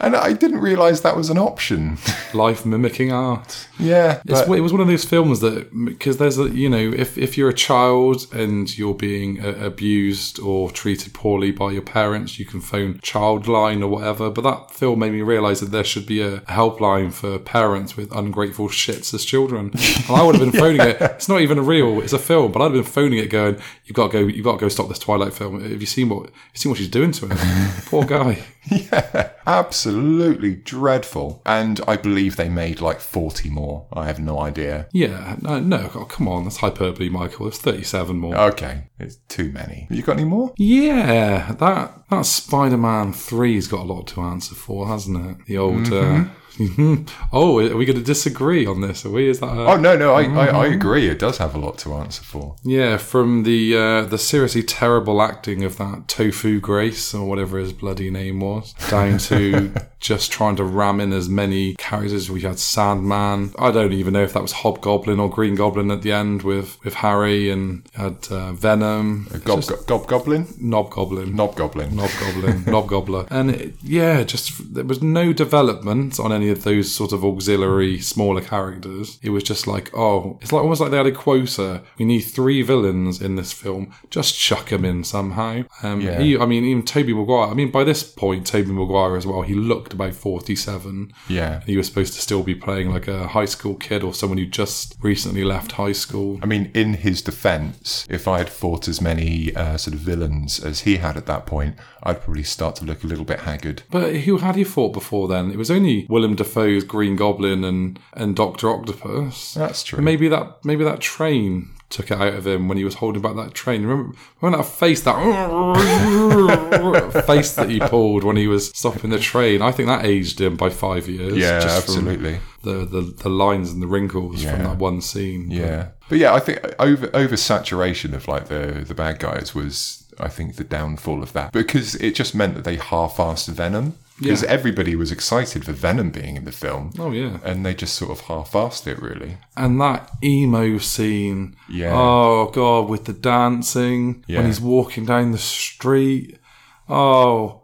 Speaker 1: and I didn't realise that was an option.
Speaker 2: Life mimicking art.
Speaker 1: yeah.
Speaker 2: It's,
Speaker 1: but-
Speaker 2: it was one of those films that, because there's a, you know, if, if you're a child and you're being uh, abused or treated poorly by your parents, you can phone Childline or whatever. But that film made me realise that there should be a helpline for parents with ungrateful shits as children. And I would have been phoning it. It's not even a real, it's a film, but I'd have been phoning it going, you've got to go, you've got to go stop this Twilight film. Have you seen what, have you seen what she's doing to him? Poor guy.
Speaker 1: yeah, absolutely dreadful. And I believe they made like 40 more. I have no idea.
Speaker 2: Yeah, no, no, oh, come on, that's hyperbole, Michael. There's 37 more.
Speaker 1: Okay, it's too many. You got any more?
Speaker 2: Yeah, that that Spider-Man three's got a lot to answer for, hasn't it? The old. Uh, oh, are we going to disagree on this? Are we? Is that? uh, A,
Speaker 1: Oh, no, no, I, I, I agree. It does have a lot to answer for.
Speaker 2: Yeah, from the uh, the seriously terrible acting of that Tofu Grace or whatever his bloody name was, down to just trying to ram in as many characters. We had Sandman. I don't even know if that was Hobgoblin or Green Goblin at the end with with Harry and had uh, Venom,
Speaker 1: Gob, gob, gob Goblin?
Speaker 2: Knob Goblin.
Speaker 1: Knob Goblin.
Speaker 2: Knob Goblin, Knob Gobbler. And it, yeah, just there was no development on any of those sort of auxiliary smaller characters. It was just like, oh, it's like almost like they had a quota. We need three villains in this film. Just chuck them in somehow. Um,
Speaker 1: Yeah.
Speaker 2: he- I mean, even Toby Maguire. I mean, by this point, Toby Maguire as well. He looked about forty-seven.
Speaker 1: Yeah.
Speaker 2: He was supposed to still be playing like a high school kid or someone who just recently left high school.
Speaker 1: I mean, in his defense, if I had fought as many uh, sort of villains as he had at that point, I'd probably start to look a little bit haggard.
Speaker 2: But who had he fought before then? It was only Willem Dafoe's Green Goblin and, and Doctor Octopus.
Speaker 1: That's true.
Speaker 2: Maybe that maybe that train took it out of him when he was holding back that train. Remember, remember that face, that face that he pulled when he was stopping the train. I think that aged him by five years.
Speaker 1: Yeah,
Speaker 2: from
Speaker 1: absolutely.
Speaker 2: The, the the lines and the wrinkles from
Speaker 1: Yeah.
Speaker 2: that one scene.
Speaker 1: Yeah, but yeah, I think over oversaturation of like the the bad guys was, I think, the downfall of that because it just meant that they half-assed Venom because
Speaker 2: Yeah.
Speaker 1: everybody was excited for Venom being in the film,
Speaker 2: Oh yeah.
Speaker 1: and they just sort of half-assed it really.
Speaker 2: and that emo scene.
Speaker 1: Yeah.
Speaker 2: Oh god, with the dancing
Speaker 1: Yeah.
Speaker 2: when he's walking down the street. Oh,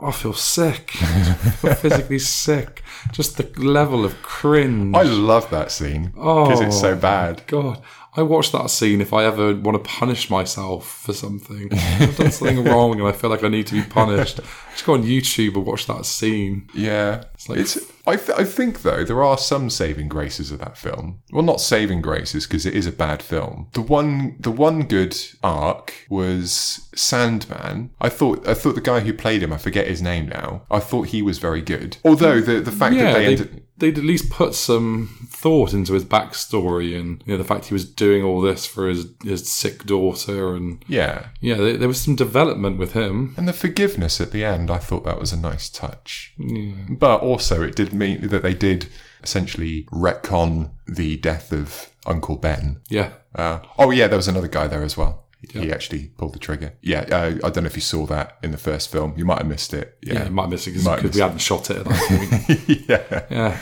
Speaker 2: I feel sick. I feel physically sick. Just the level of cringe.
Speaker 1: I love that scene because it's
Speaker 2: Oh.
Speaker 1: so bad.
Speaker 2: God, I watch that scene if I ever want to punish myself for something. I've done something wrong and I feel like I need to be punished. Just go on YouTube and watch that scene.
Speaker 1: Yeah, it's.
Speaker 2: like-
Speaker 1: I, th- I think though there are some saving graces of that film. Well, not saving graces because it is a bad film. The one, the one good arc was Sandman. I thought, I thought the guy who played him, I forget his name now. I thought he was very good. Although the the fact
Speaker 2: yeah,
Speaker 1: that they,
Speaker 2: they,
Speaker 1: ended,
Speaker 2: they'd at least put some thought into his backstory and you know the fact he was doing all this for his his sick daughter and
Speaker 1: yeah,
Speaker 2: yeah, there, there was some development with him.
Speaker 1: and the forgiveness at the end, I thought that was a nice touch.
Speaker 2: Yeah.
Speaker 1: But also, it did mean that they did essentially retcon the death of Uncle Ben
Speaker 2: yeah.
Speaker 1: Uh, oh yeah, there was another guy there as well. He actually pulled the trigger. Yeah, uh, I don't know if you saw that in the first film. You might have missed it.
Speaker 2: Yeah,
Speaker 1: Yeah,
Speaker 2: might have missed it
Speaker 1: Might have
Speaker 2: because
Speaker 1: missed
Speaker 2: we hadn't shot it at that point.
Speaker 1: yeah,
Speaker 2: yeah,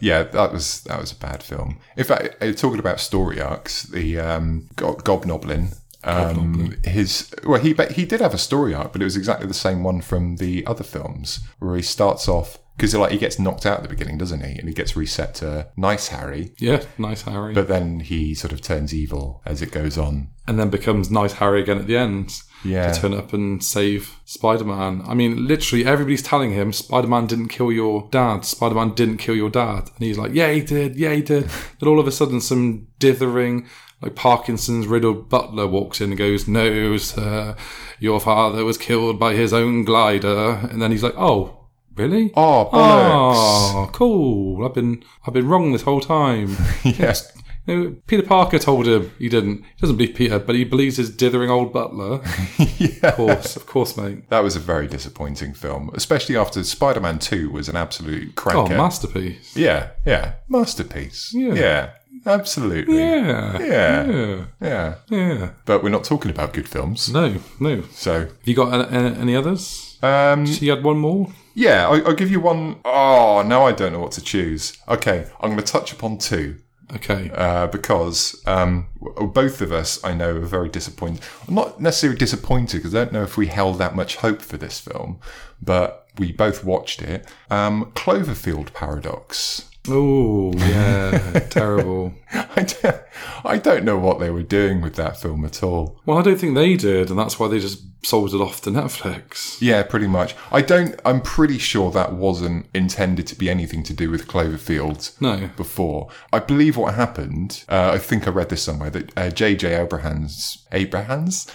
Speaker 1: yeah. That was that was a bad film. In fact, uh, talking about story arcs, the um, Go- Gobnoblin. Um, his well, he but he did have a story arc, but it was exactly the same one from the other films, where he starts off because like he gets knocked out at the beginning, doesn't he? And he gets reset to nice Harry,
Speaker 2: yeah, nice Harry,
Speaker 1: but then he sort of turns evil as it goes on.
Speaker 2: and then becomes nice Harry again at the end.
Speaker 1: Yeah.
Speaker 2: to turn up and save Spider-Man. I mean, literally everybody's telling him Spider-Man didn't kill your dad. Spider-Man didn't kill your dad, and he's like, yeah, he did. Yeah, he did. then all of a sudden, some dithering. Like Parkinson's riddled butler walks in and goes, No, sir, your father was killed by his own glider. And then he's like, Oh, really?
Speaker 1: Oh, bollocks!
Speaker 2: Oh, cool. I've been I've been wrong this whole time.
Speaker 1: yes.
Speaker 2: You know, Peter Parker told him he didn't. He doesn't believe Peter, but he believes his dithering old butler. Of course, of course, mate.
Speaker 1: That was a very disappointing film, especially after Spider Man 2 was an absolute
Speaker 2: Oh,
Speaker 1: cracker.
Speaker 2: masterpiece.
Speaker 1: yeah, yeah. Masterpiece.
Speaker 2: Yeah.
Speaker 1: absolutely. Yeah.
Speaker 2: Yeah,
Speaker 1: yeah,
Speaker 2: yeah, yeah.
Speaker 1: But we're not talking about good films.
Speaker 2: No, no. Have
Speaker 1: So,
Speaker 2: you got an, an- any others?
Speaker 1: um,
Speaker 2: So you had one more.
Speaker 1: yeah, I, I'll give you one oh now I don't know what to choose. Okay, I'm going to touch upon two.
Speaker 2: Okay.
Speaker 1: uh, because um, w- both of us, I know, are very disappointed. I'm not necessarily disappointed because I don't know if we held that much hope for this film, but we both watched it. Um, Cloverfield Paradox.
Speaker 2: Oh, yeah. Terrible.
Speaker 1: I don't, I don't know what they were doing with that film at all.
Speaker 2: Well, I don't think they did, and that's why they just sold it off to Netflix.
Speaker 1: Yeah, pretty much. I don't. I'm pretty sure that wasn't intended to be anything to do with Cloverfield
Speaker 2: No.
Speaker 1: before. I believe what happened. Uh, I think I read this somewhere that uh, J.J. Abrahams, Abrahams,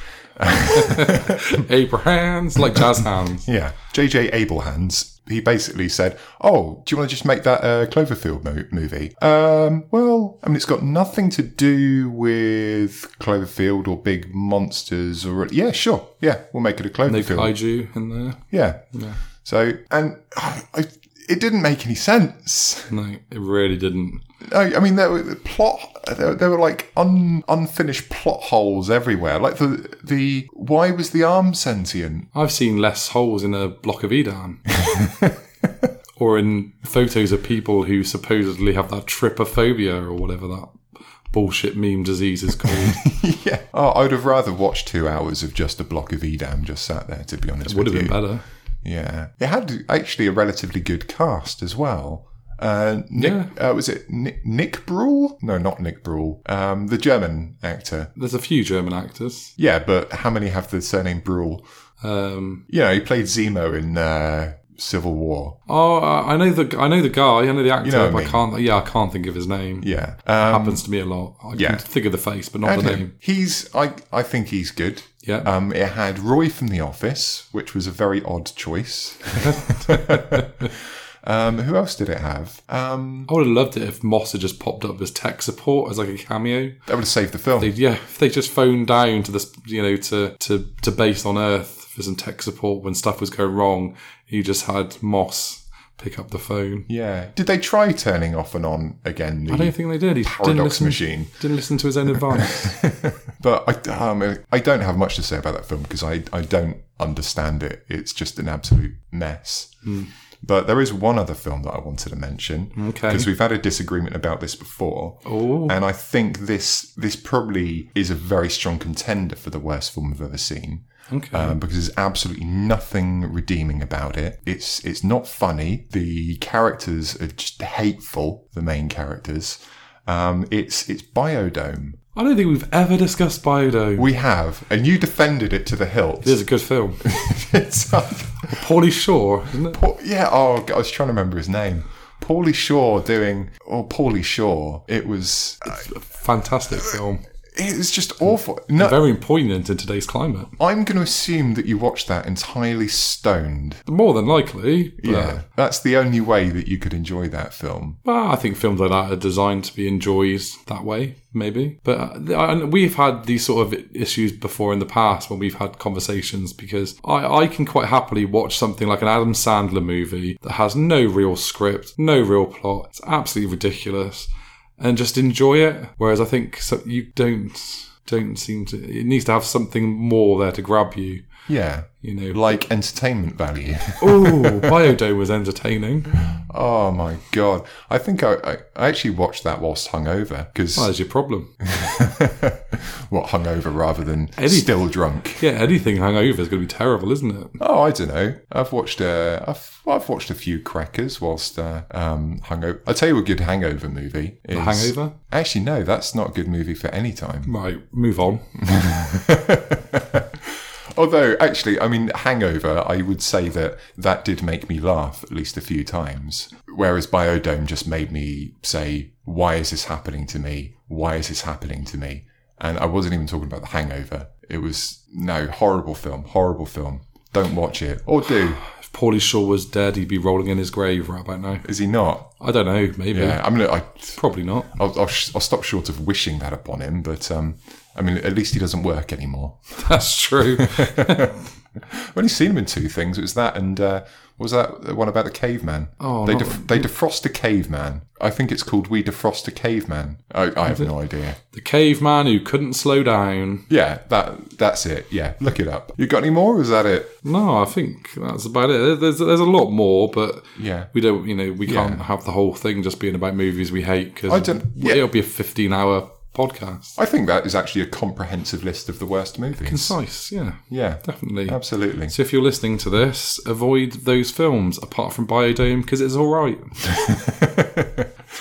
Speaker 2: Abrahams, like jazz hands.
Speaker 1: yeah, J.J. Abelhans. He basically said, "Oh, do you want to just make that uh, Cloverfield mo- movie?" Um, well, I mean, it's got nothing to do with Cloverfield or big monsters or yeah, sure, yeah, we'll make it a
Speaker 2: No
Speaker 1: Cloverfield.
Speaker 2: kaiju in there.
Speaker 1: Yeah. So, and I, I, it didn't make any sense.
Speaker 2: No, it really didn't.
Speaker 1: I, I mean, there were the plot. There, there were like un, unfinished plot holes everywhere. Like the the why was the arm sentient?
Speaker 2: I've seen less holes in a block of Edam. or in photos of people who supposedly have that trypophobia or whatever that bullshit meme disease is called.
Speaker 1: yeah. Oh, I would have rather watched two hours of just a block of Edam just sat there. To be honest,
Speaker 2: Would
Speaker 1: with
Speaker 2: have been
Speaker 1: you.
Speaker 2: better.
Speaker 1: Yeah, it had actually a relatively good cast as well. Uh, Nick, uh, was it Nick, Nick Bruhl? No, not Nick Bruhl. Um, the German actor.
Speaker 2: There's a few German actors.
Speaker 1: Yeah, but how many have the surname Bruhl?
Speaker 2: Um,
Speaker 1: you know, he played Zemo in uh, Civil War.
Speaker 2: oh, I I know the I know the guy. I know the actor.
Speaker 1: know
Speaker 2: but
Speaker 1: what I
Speaker 2: I can't. Yeah, I can't think of his name.
Speaker 1: Yeah. Um,
Speaker 2: Happens to me a lot. I
Speaker 1: Yeah.
Speaker 2: can think of the face, but not
Speaker 1: and
Speaker 2: the
Speaker 1: him.
Speaker 2: name.
Speaker 1: He's, I, I think he's good.
Speaker 2: Yeah.
Speaker 1: Um, it had Roy from The Office, which was a very odd choice. um, who else did it have? Um,
Speaker 2: I would have loved it if Moss had just popped up as tech support as like a cameo.
Speaker 1: that would have saved the film.
Speaker 2: Yeah, if they just phoned down to this, you know, to to to base on Earth for some tech support when stuff was going wrong, you just had Moss pick up the phone.
Speaker 1: yeah. Did they try turning off and on again? The
Speaker 2: I don't think they did. He didn't
Speaker 1: paradox
Speaker 2: listen.
Speaker 1: machine.
Speaker 2: Didn't listen to his own advice.
Speaker 1: But I, um, I don't have much to say about that film because I, I don't understand it. It's just an absolute mess.
Speaker 2: Hmm.
Speaker 1: But there is one other film that I wanted to mention
Speaker 2: Okay.
Speaker 1: because we've had a disagreement about this before,
Speaker 2: Oh,
Speaker 1: and I think this this probably is a very strong contender for the worst film I've ever seen
Speaker 2: okay.
Speaker 1: um, because there's absolutely nothing redeeming about it. It's it's not funny. The characters are just hateful. The main characters. Um, it's it's Biodome.
Speaker 2: I don't think we've ever discussed Biodome.
Speaker 1: We have, and you defended it to the hilt.
Speaker 2: it is a good film.
Speaker 1: It's like-
Speaker 2: Paulie Shaw, isn't it?
Speaker 1: Paul- yeah, oh, I was trying to remember his name. Paulie Shaw doing, oh, Paulie Shaw. It was,
Speaker 2: Fantastic film.
Speaker 1: it was just awful. No,
Speaker 2: Very poignant in today's climate.
Speaker 1: I'm going to assume that you watched that entirely stoned.
Speaker 2: More than likely. but-
Speaker 1: Yeah, that's the only way that you could enjoy that film.
Speaker 2: Well, I think films like that are designed to be enjoyed that way, maybe. But uh, th- and we've had these sort of issues before in the past when we've had conversations because I, I can quite happily watch something like an Adam Sandler movie that has no real script, no real plot. It's absolutely ridiculous, and just enjoy it. Whereas I think so, you don't don't seem to. It needs to have something more there to grab you.
Speaker 1: Yeah,
Speaker 2: You know,
Speaker 1: like entertainment value.
Speaker 2: oh, Biodome was entertaining.
Speaker 1: oh my god, I think I, I, I actually watched that whilst hungover because
Speaker 2: Well, that's your problem.
Speaker 1: what hungover rather than still drunk.
Speaker 2: Yeah, anything hungover is going to be terrible, isn't it?
Speaker 1: Oh, I don't know. I've watched uh, I've, well, I've watched a few crackers whilst uh, um, hungover. I'll tell you a good hangover movie. Is,
Speaker 2: Hangover?
Speaker 1: Actually, no, that's not a good movie for any time.
Speaker 2: Right, move on.
Speaker 1: Although, actually, I mean, Hangover, I would say that that did make me laugh at least a few times. Whereas Biodome just made me say, "Why is this happening to me? Why is this happening to me?" And I wasn't even talking about the Hangover. It was no horrible film, horrible film. Don't watch it, or do?
Speaker 2: If Paulie Shaw was dead, he'd be rolling in his grave right about now.
Speaker 1: Is he not?
Speaker 2: I don't know, maybe.
Speaker 1: Yeah, I mean, I
Speaker 2: Probably not.
Speaker 1: I'll, I'll, sh- I'll stop short of wishing that upon him, but um, I mean, at least he doesn't work anymore.
Speaker 2: That's true.
Speaker 1: I've only seen him in two things. It was that and uh, what was that the one about the caveman?
Speaker 2: Oh,
Speaker 1: they
Speaker 2: not-
Speaker 1: def- they defrost a caveman. I think it's called We Defrost a Caveman. I, I have no idea.
Speaker 2: the caveman who couldn't slow down.
Speaker 1: Yeah, that that's it. Yeah, look it up. You got any more? Or is that it?
Speaker 2: No, I think that's about it. There's, there's a lot more, but
Speaker 1: Yeah.
Speaker 2: we don't, you know, we can't have the whole thing just being about movies we hate because
Speaker 1: I don't- yeah.
Speaker 2: it'll be a 15 hour podcast.
Speaker 1: I think that is actually a comprehensive list of the worst movies.
Speaker 2: Concise, yeah,
Speaker 1: yeah,
Speaker 2: definitely.
Speaker 1: absolutely.
Speaker 2: So if you're listening to this, avoid those films apart from Biodome because it's all right.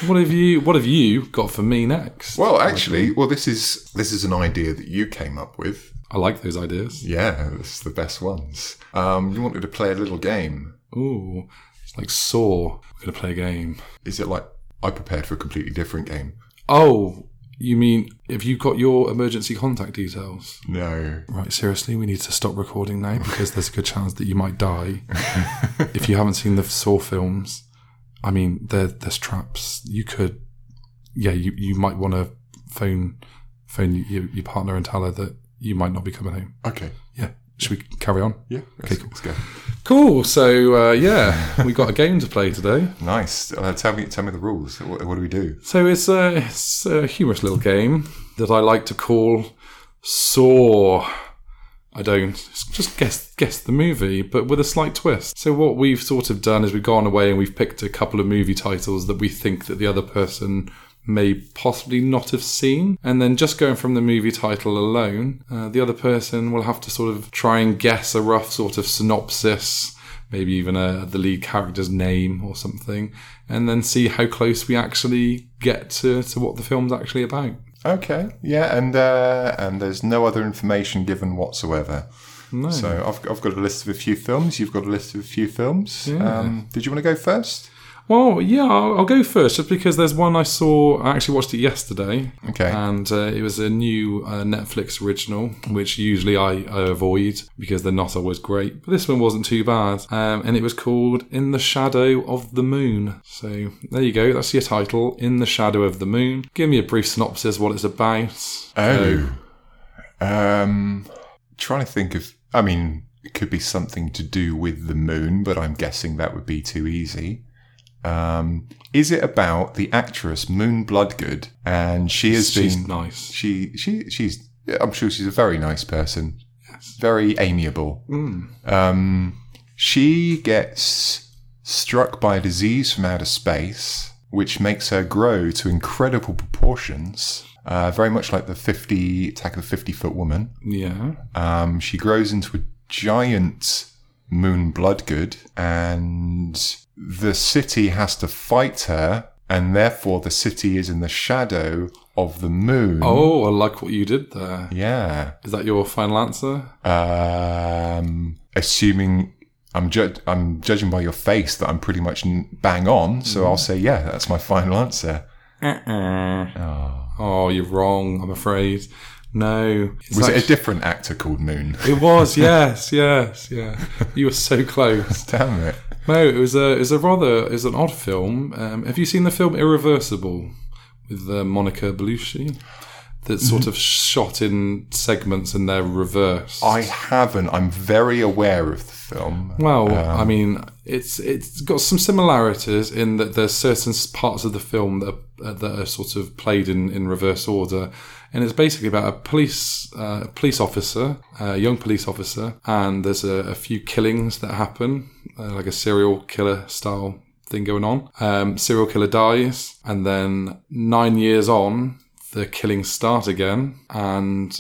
Speaker 2: What have you? What have you got for me next?
Speaker 1: Well, actually, well, this is this is an idea that you came up with.
Speaker 2: I like those ideas.
Speaker 1: Yeah, this is the best ones. Um, you wanted to play a little game.
Speaker 2: Ooh, it's like Saw. We're gonna play a game.
Speaker 1: Is it like I prepared for a completely different game?
Speaker 2: Oh, you mean if you've got your emergency contact details?
Speaker 1: No.
Speaker 2: Right, seriously, we need to stop recording now because there's a good chance that you might die if you haven't seen the Saw films. I mean, there, there's traps. You could, yeah, you, you might want to phone phone your, your partner and tell her that you might not be coming home.
Speaker 1: Okay.
Speaker 2: Yeah, should we carry on?
Speaker 1: Yeah. Let's, let's go.
Speaker 2: Cool. So uh, yeah, we got a game to play today.
Speaker 1: Nice. Uh, tell me, tell me the rules. What, what do we do?
Speaker 2: So it's a, it's a humorous little game that I like to call Saw. I don't just guess guess the movie, but with a slight twist. So what we've sort of done is we've gone away and we've picked a couple of movie titles that we think that the other person may possibly not have seen, and then just going from the movie title alone, uh, the other person will have to sort of try and guess a rough sort of synopsis maybe even uh the lead character's name or something, and then see how close we actually get to, to what the film's actually about.
Speaker 1: Okay. Yeah, and uh, and there's no other information given whatsoever. No. So I've, I've got a list of a few films. You've got a list of a few films. Um, did you want to go first?
Speaker 2: Well, yeah, I'll, I'll go first just because there's one I saw. I actually watched it yesterday,
Speaker 1: Okay.
Speaker 2: and uh, it was a new uh, Netflix original, which usually I, I avoid because they're not always great. But this one wasn't too bad, um, and it was called "In the Shadow of the Moon." So there you go. That's your title, "In the Shadow of the Moon." Give me a brief synopsis what it's about.
Speaker 1: Oh. Um, trying to think of. I mean, it could be something to do with the moon, but I'm guessing that would be too easy. Um, is it about the actress Moon Bloodgood, and she has
Speaker 2: She's
Speaker 1: been
Speaker 2: nice.
Speaker 1: she she she's I'm sure she's a very nice person, very amiable. Um, she gets struck by a disease from outer space, which makes her grow to incredible proportions. Uh, very much like the 50 attack of the 50 foot woman.
Speaker 2: Yeah.
Speaker 1: Um, she grows into a giant moon bloodgood, and the city has to fight her, and therefore the city is in the shadow of the moon.
Speaker 2: Oh, I like what you did there.
Speaker 1: Yeah.
Speaker 2: Is that your final answer?
Speaker 1: Um, assuming I'm ju- I'm judging by your face that I'm pretty much n- bang on, so
Speaker 2: Mm.
Speaker 1: I'll say yeah. That's my final answer.
Speaker 2: Oh, you're wrong. I'm afraid. No. It's
Speaker 1: Was it
Speaker 2: actu-
Speaker 1: a different actor called Moon?
Speaker 2: It was, yes, yes, yeah. You were so close.
Speaker 1: Damn it!
Speaker 2: No, it was a, it was a rather, it was an odd film. Um, have you seen the film Irreversible with uh, Monica Bellucci? That's sort of shot in segments and they're reversed.
Speaker 1: I haven't. I'm very aware of the film.
Speaker 2: Well, I mean, it's it's got some similarities in that there's certain s- parts of the film that are, uh, that are sort of played in, in reverse order, and it's basically about a police uh, police officer, a young police officer, and there's a, a few killings that happen, uh, like a serial killer style thing going on. Um, serial killer dies, and then nine years on, the killings start again, and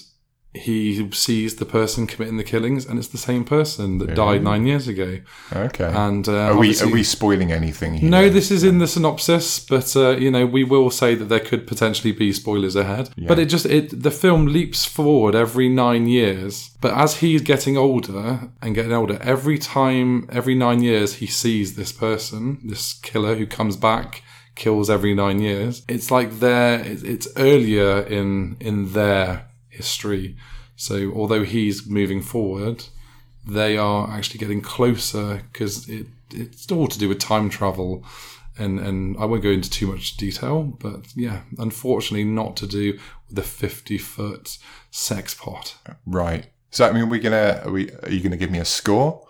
Speaker 2: he sees the person committing the killings, and it's the same person that died nine years ago.
Speaker 1: Okay.
Speaker 2: And uh,
Speaker 1: are we are
Speaker 2: obviously-
Speaker 1: we spoiling anything here?
Speaker 2: No, this is in the synopsis, but uh, you know we will say that there could potentially be spoilers ahead. But it just it the film leaps forward every nine years. But as he's getting older and getting older, every time every nine years he sees this person, this killer who comes back kills every nine years. It's like there it's earlier in in their history. So although he's moving forward, they are actually getting closer because it, it's all to do with time travel. And, and I won't go into too much detail, but yeah, unfortunately, not to do with the 50 foot sex pot.
Speaker 1: Right. So I mean, we're gonna are we are you gonna give me a score?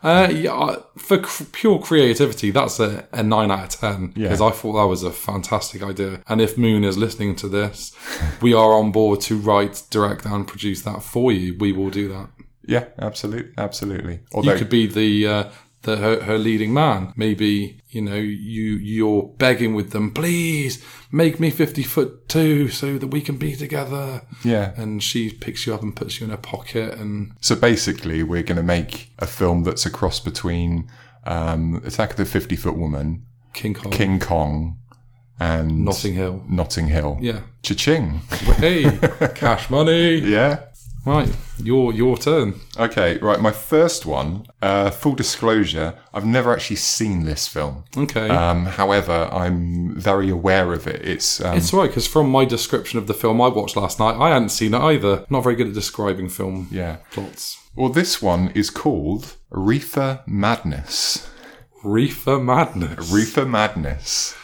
Speaker 2: Uh, yeah, I- for cr- pure creativity, that's a, a 9 out of 10
Speaker 1: Yeah.
Speaker 2: because I thought that was a fantastic idea. And if Moon is listening to this, we are on board to write, direct, and produce that for you. We will do that.
Speaker 1: Yeah, absolutely, absolutely.
Speaker 2: you
Speaker 1: Although
Speaker 2: could be the uh, the her, her leading man. Maybe you know you you're begging with them, please make me fifty foot two so that we can be together.
Speaker 1: yeah.
Speaker 2: And she picks you up and puts you in her pocket, and
Speaker 1: So basically, we're going to make a film that's a cross between um, Attack of the Fifty Foot Woman,
Speaker 2: King Kong.
Speaker 1: King Kong, and
Speaker 2: Notting Hill.
Speaker 1: Notting Hill.
Speaker 2: Yeah.
Speaker 1: Cha-ching.
Speaker 2: Hey, cash money.
Speaker 1: Yeah.
Speaker 2: Right, your your turn.
Speaker 1: Okay, right. My first one, uh, full disclosure, I've never actually seen this film.
Speaker 2: Okay.
Speaker 1: Um, however, I'm very aware of it. It's um,
Speaker 2: it's all right because from my description of the film I watched last night, I hadn't seen it either. Not very good at describing film
Speaker 1: yeah.
Speaker 2: plots.
Speaker 1: Well, this one is called Reefer Madness.
Speaker 2: Reefer madness.
Speaker 1: Reefer Madness.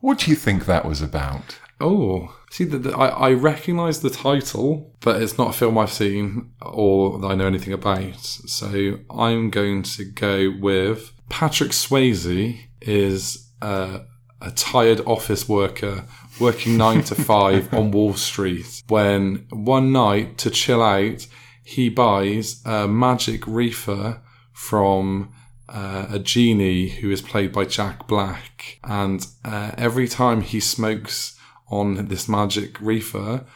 Speaker 1: What do you think that was about?
Speaker 2: Oh, see, the, the, I, I recognise the title, but it's not a film I've seen or that I know anything about. So I'm going to go with Patrick Swayze is uh, a tired office worker working nine to five on Wall Street when one night to chill out, he buys a magic reefer from uh, a genie who is played by Jack Black. And uh, every time he smokes on this magic reefer,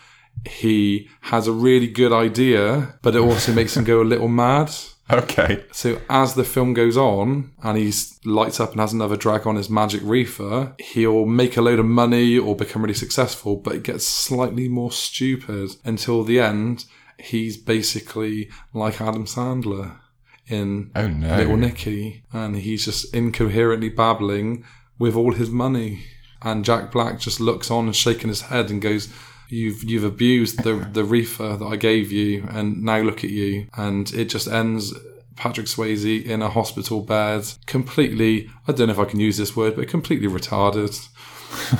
Speaker 2: he has a really good idea, but it also makes him go a little mad.
Speaker 1: Okay.
Speaker 2: So as the film goes on and he's lights up and has another drag on his magic reefer, he'll make a load of money or become really successful, but it gets slightly more stupid until the end. He's basically like Adam Sandler in
Speaker 1: Oh no.
Speaker 2: Little Nicky, and he's just incoherently babbling with all his money. And Jack Black just looks on and shaking his head and goes, "You've you've abused the the reefer that I gave you, and now look at you." And it just ends. Patrick Swayze in a hospital bed, completely. I don't know if I can use this word, but completely retarded,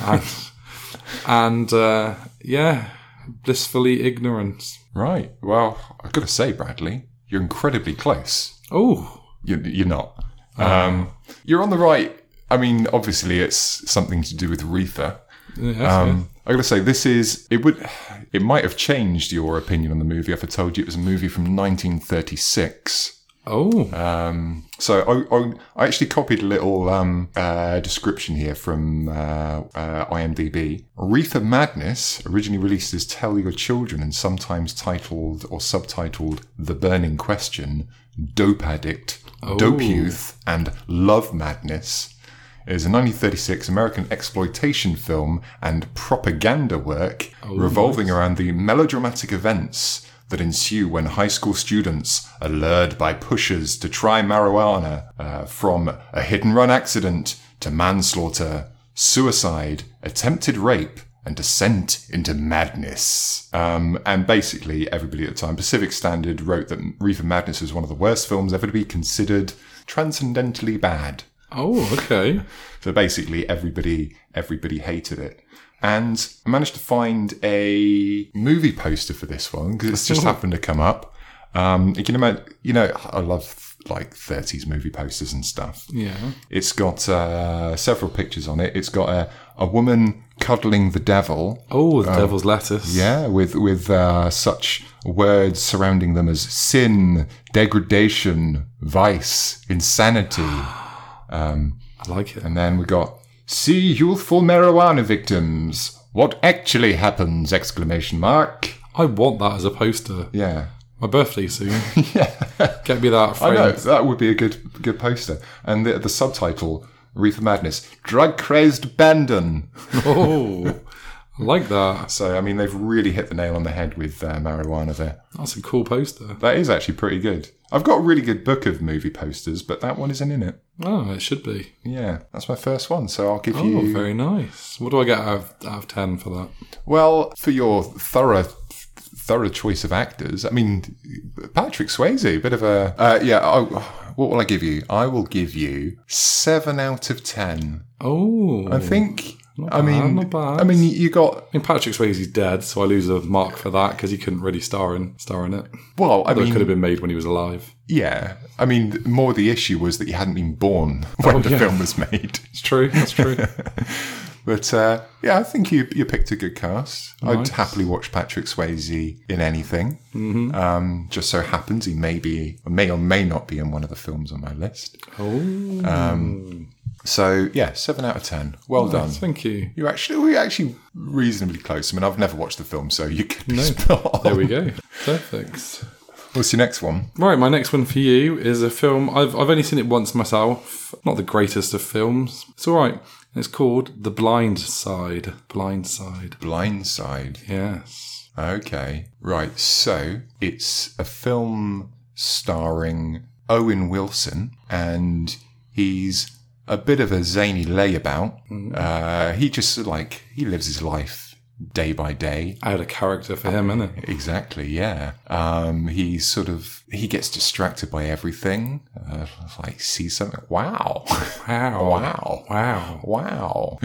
Speaker 2: and and uh, yeah, blissfully ignorant.
Speaker 1: Right. Well, I've got to say, Bradley, you're incredibly close.
Speaker 2: Oh,
Speaker 1: You're, you're not. Um, you're on the right. I mean, obviously, it's something to do with Reefer.
Speaker 2: yeah,
Speaker 1: Um, I gotta say, this is it would it might have changed your opinion on the movie if I told you it was a movie from 1936.
Speaker 2: oh,
Speaker 1: Um, so I, I, I actually copied a little um, uh, description here from uh, uh, IMDb. Wreath of Madness, originally released as Tell Your Children and sometimes titled or subtitled The Burning Question, Dope Addict, Dope Youth, and Love Madness, is a 1936 American exploitation film and propaganda work revolving around the melodramatic events that ensue when high school students are lured by pushers to try marijuana uh, from a hit and run accident to manslaughter, suicide, attempted rape, and descent into madness. Um, and basically, everybody at the time, Pacific Standard wrote that Reefer Madness was one of the worst films ever to be considered transcendentally bad.
Speaker 2: oh, okay.
Speaker 1: So basically, everybody everybody hated it. And I managed to find a movie poster for this one because it's just happened to come up. Um, you can imagine, you know, I love like 30s movie posters and stuff.
Speaker 2: Yeah.
Speaker 1: It's got uh, several pictures on it. It's got a, a woman cuddling the devil.
Speaker 2: Oh, the devil's lettuce.
Speaker 1: Um, Yeah, with with uh, such words surrounding them as sin, degradation, vice, insanity.
Speaker 2: I like it.
Speaker 1: And then we got see youthful marijuana victims. What actually happens? Exclamation mark.
Speaker 2: I want that as a poster.
Speaker 1: Yeah.
Speaker 2: My birthday soon. Get me that
Speaker 1: I
Speaker 2: frame.
Speaker 1: know, Oh, that would be a good good poster. And the, the subtitle, Reefer Madness, Drug Crazed Bandon.
Speaker 2: Oh, I like that.
Speaker 1: So, I mean, they've really hit the nail on the head with uh, marijuana there.
Speaker 2: That's a cool poster.
Speaker 1: That is actually pretty good. I've got a really good book of movie posters, but that one isn't in it.
Speaker 2: Oh, it should be.
Speaker 1: Yeah, that's my first one. So I'll give
Speaker 2: Oh,
Speaker 1: you.
Speaker 2: very nice. What do I get out of, out of 10 for that?
Speaker 1: Well, for your thorough thorough choice of actors, I mean, Patrick Swayze, a bit of a uh, yeah. I, what will I give you? I will give you seven out of ten.
Speaker 2: Oh,
Speaker 1: I
Speaker 2: I
Speaker 1: think. I
Speaker 2: bad,
Speaker 1: mean,
Speaker 2: not bad.
Speaker 1: I mean, you- you got
Speaker 2: mean, Patrick Swayze's dead, so I lose a mark for that because he couldn't really star in, star in it.
Speaker 1: well. I
Speaker 2: But it could
Speaker 1: mean,
Speaker 2: have been made when he was alive.
Speaker 1: yeah. I mean, more the issue was that you hadn't been born when the
Speaker 2: Oh, yeah.
Speaker 1: film was made.
Speaker 2: It's true. That's true.
Speaker 1: But uh, yeah, I think you you picked a good cast. I'd
Speaker 2: Nice.
Speaker 1: happily watch Patrick Swayze in anything. Mm-hmm. Um, just so happens he may be, may or may not be in one of the films on my list. Um,
Speaker 2: oh,
Speaker 1: So yeah, seven out of ten. Well done.
Speaker 2: thank you.
Speaker 1: You actually we actually reasonably close. I mean, I've never watched the film, so you could be spot on.
Speaker 2: There we go. Perfect.
Speaker 1: What's your next one?
Speaker 2: Right, my next one for you is a film. I've, I've only seen it once myself. Not the greatest of films. It's all right. It's called The Blind Side. Blind Side.
Speaker 1: Blindside.
Speaker 2: Yes.
Speaker 1: Okay. Right. So it's a film starring Owen Wilson, and he's a bit of a zany layabout. Uh, he just like he lives his life day by day.
Speaker 2: Out of character for him, isn't it?
Speaker 1: Exactly. Yeah. Um, he sort of he gets distracted by everything. Uh, like sees something. Wow.
Speaker 2: Wow.
Speaker 1: wow.
Speaker 2: Wow.
Speaker 1: Wow.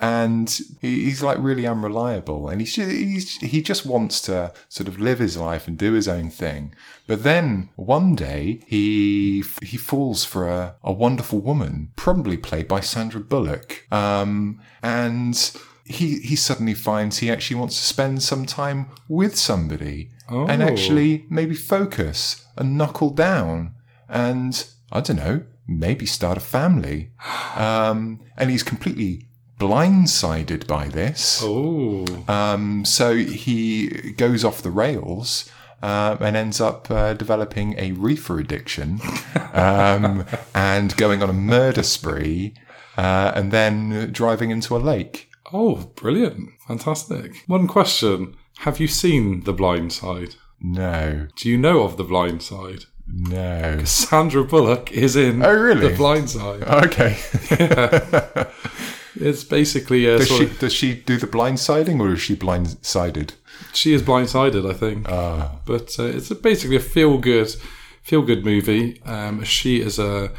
Speaker 1: And he- he's like really unreliable and he's just, he's, he just wants to sort of live his life and do his own thing. But then one day he, he falls for a, a wonderful woman, probably played by Sandra Bullock. Um, and he, he suddenly finds he actually wants to spend some time with somebody and
Speaker 2: Oh.
Speaker 1: actually maybe focus and knuckle down and I don't know, maybe start a family. Um, and he's completely blindsided by this.
Speaker 2: Oh.
Speaker 1: Um, so he goes off the rails. Uh, and ends up uh, developing a reefer addiction um, and going on a murder spree uh, and then driving into a lake.
Speaker 2: Oh, brilliant. Fantastic. One question. Have you seen The Blind Side?
Speaker 1: No,
Speaker 2: Do you know of The Blind Side?
Speaker 1: no.
Speaker 2: Sandra Bullock is in
Speaker 1: Oh, really?
Speaker 2: The Blind Side.
Speaker 1: Okay.
Speaker 2: It's basically uh, a
Speaker 1: Does
Speaker 2: sort
Speaker 1: she,
Speaker 2: of,
Speaker 1: does she do the blindsiding or is she blindsided?
Speaker 2: she is blindsided, I think. But uh, it's a, basically a feel good, feel good movie. Um, she is a,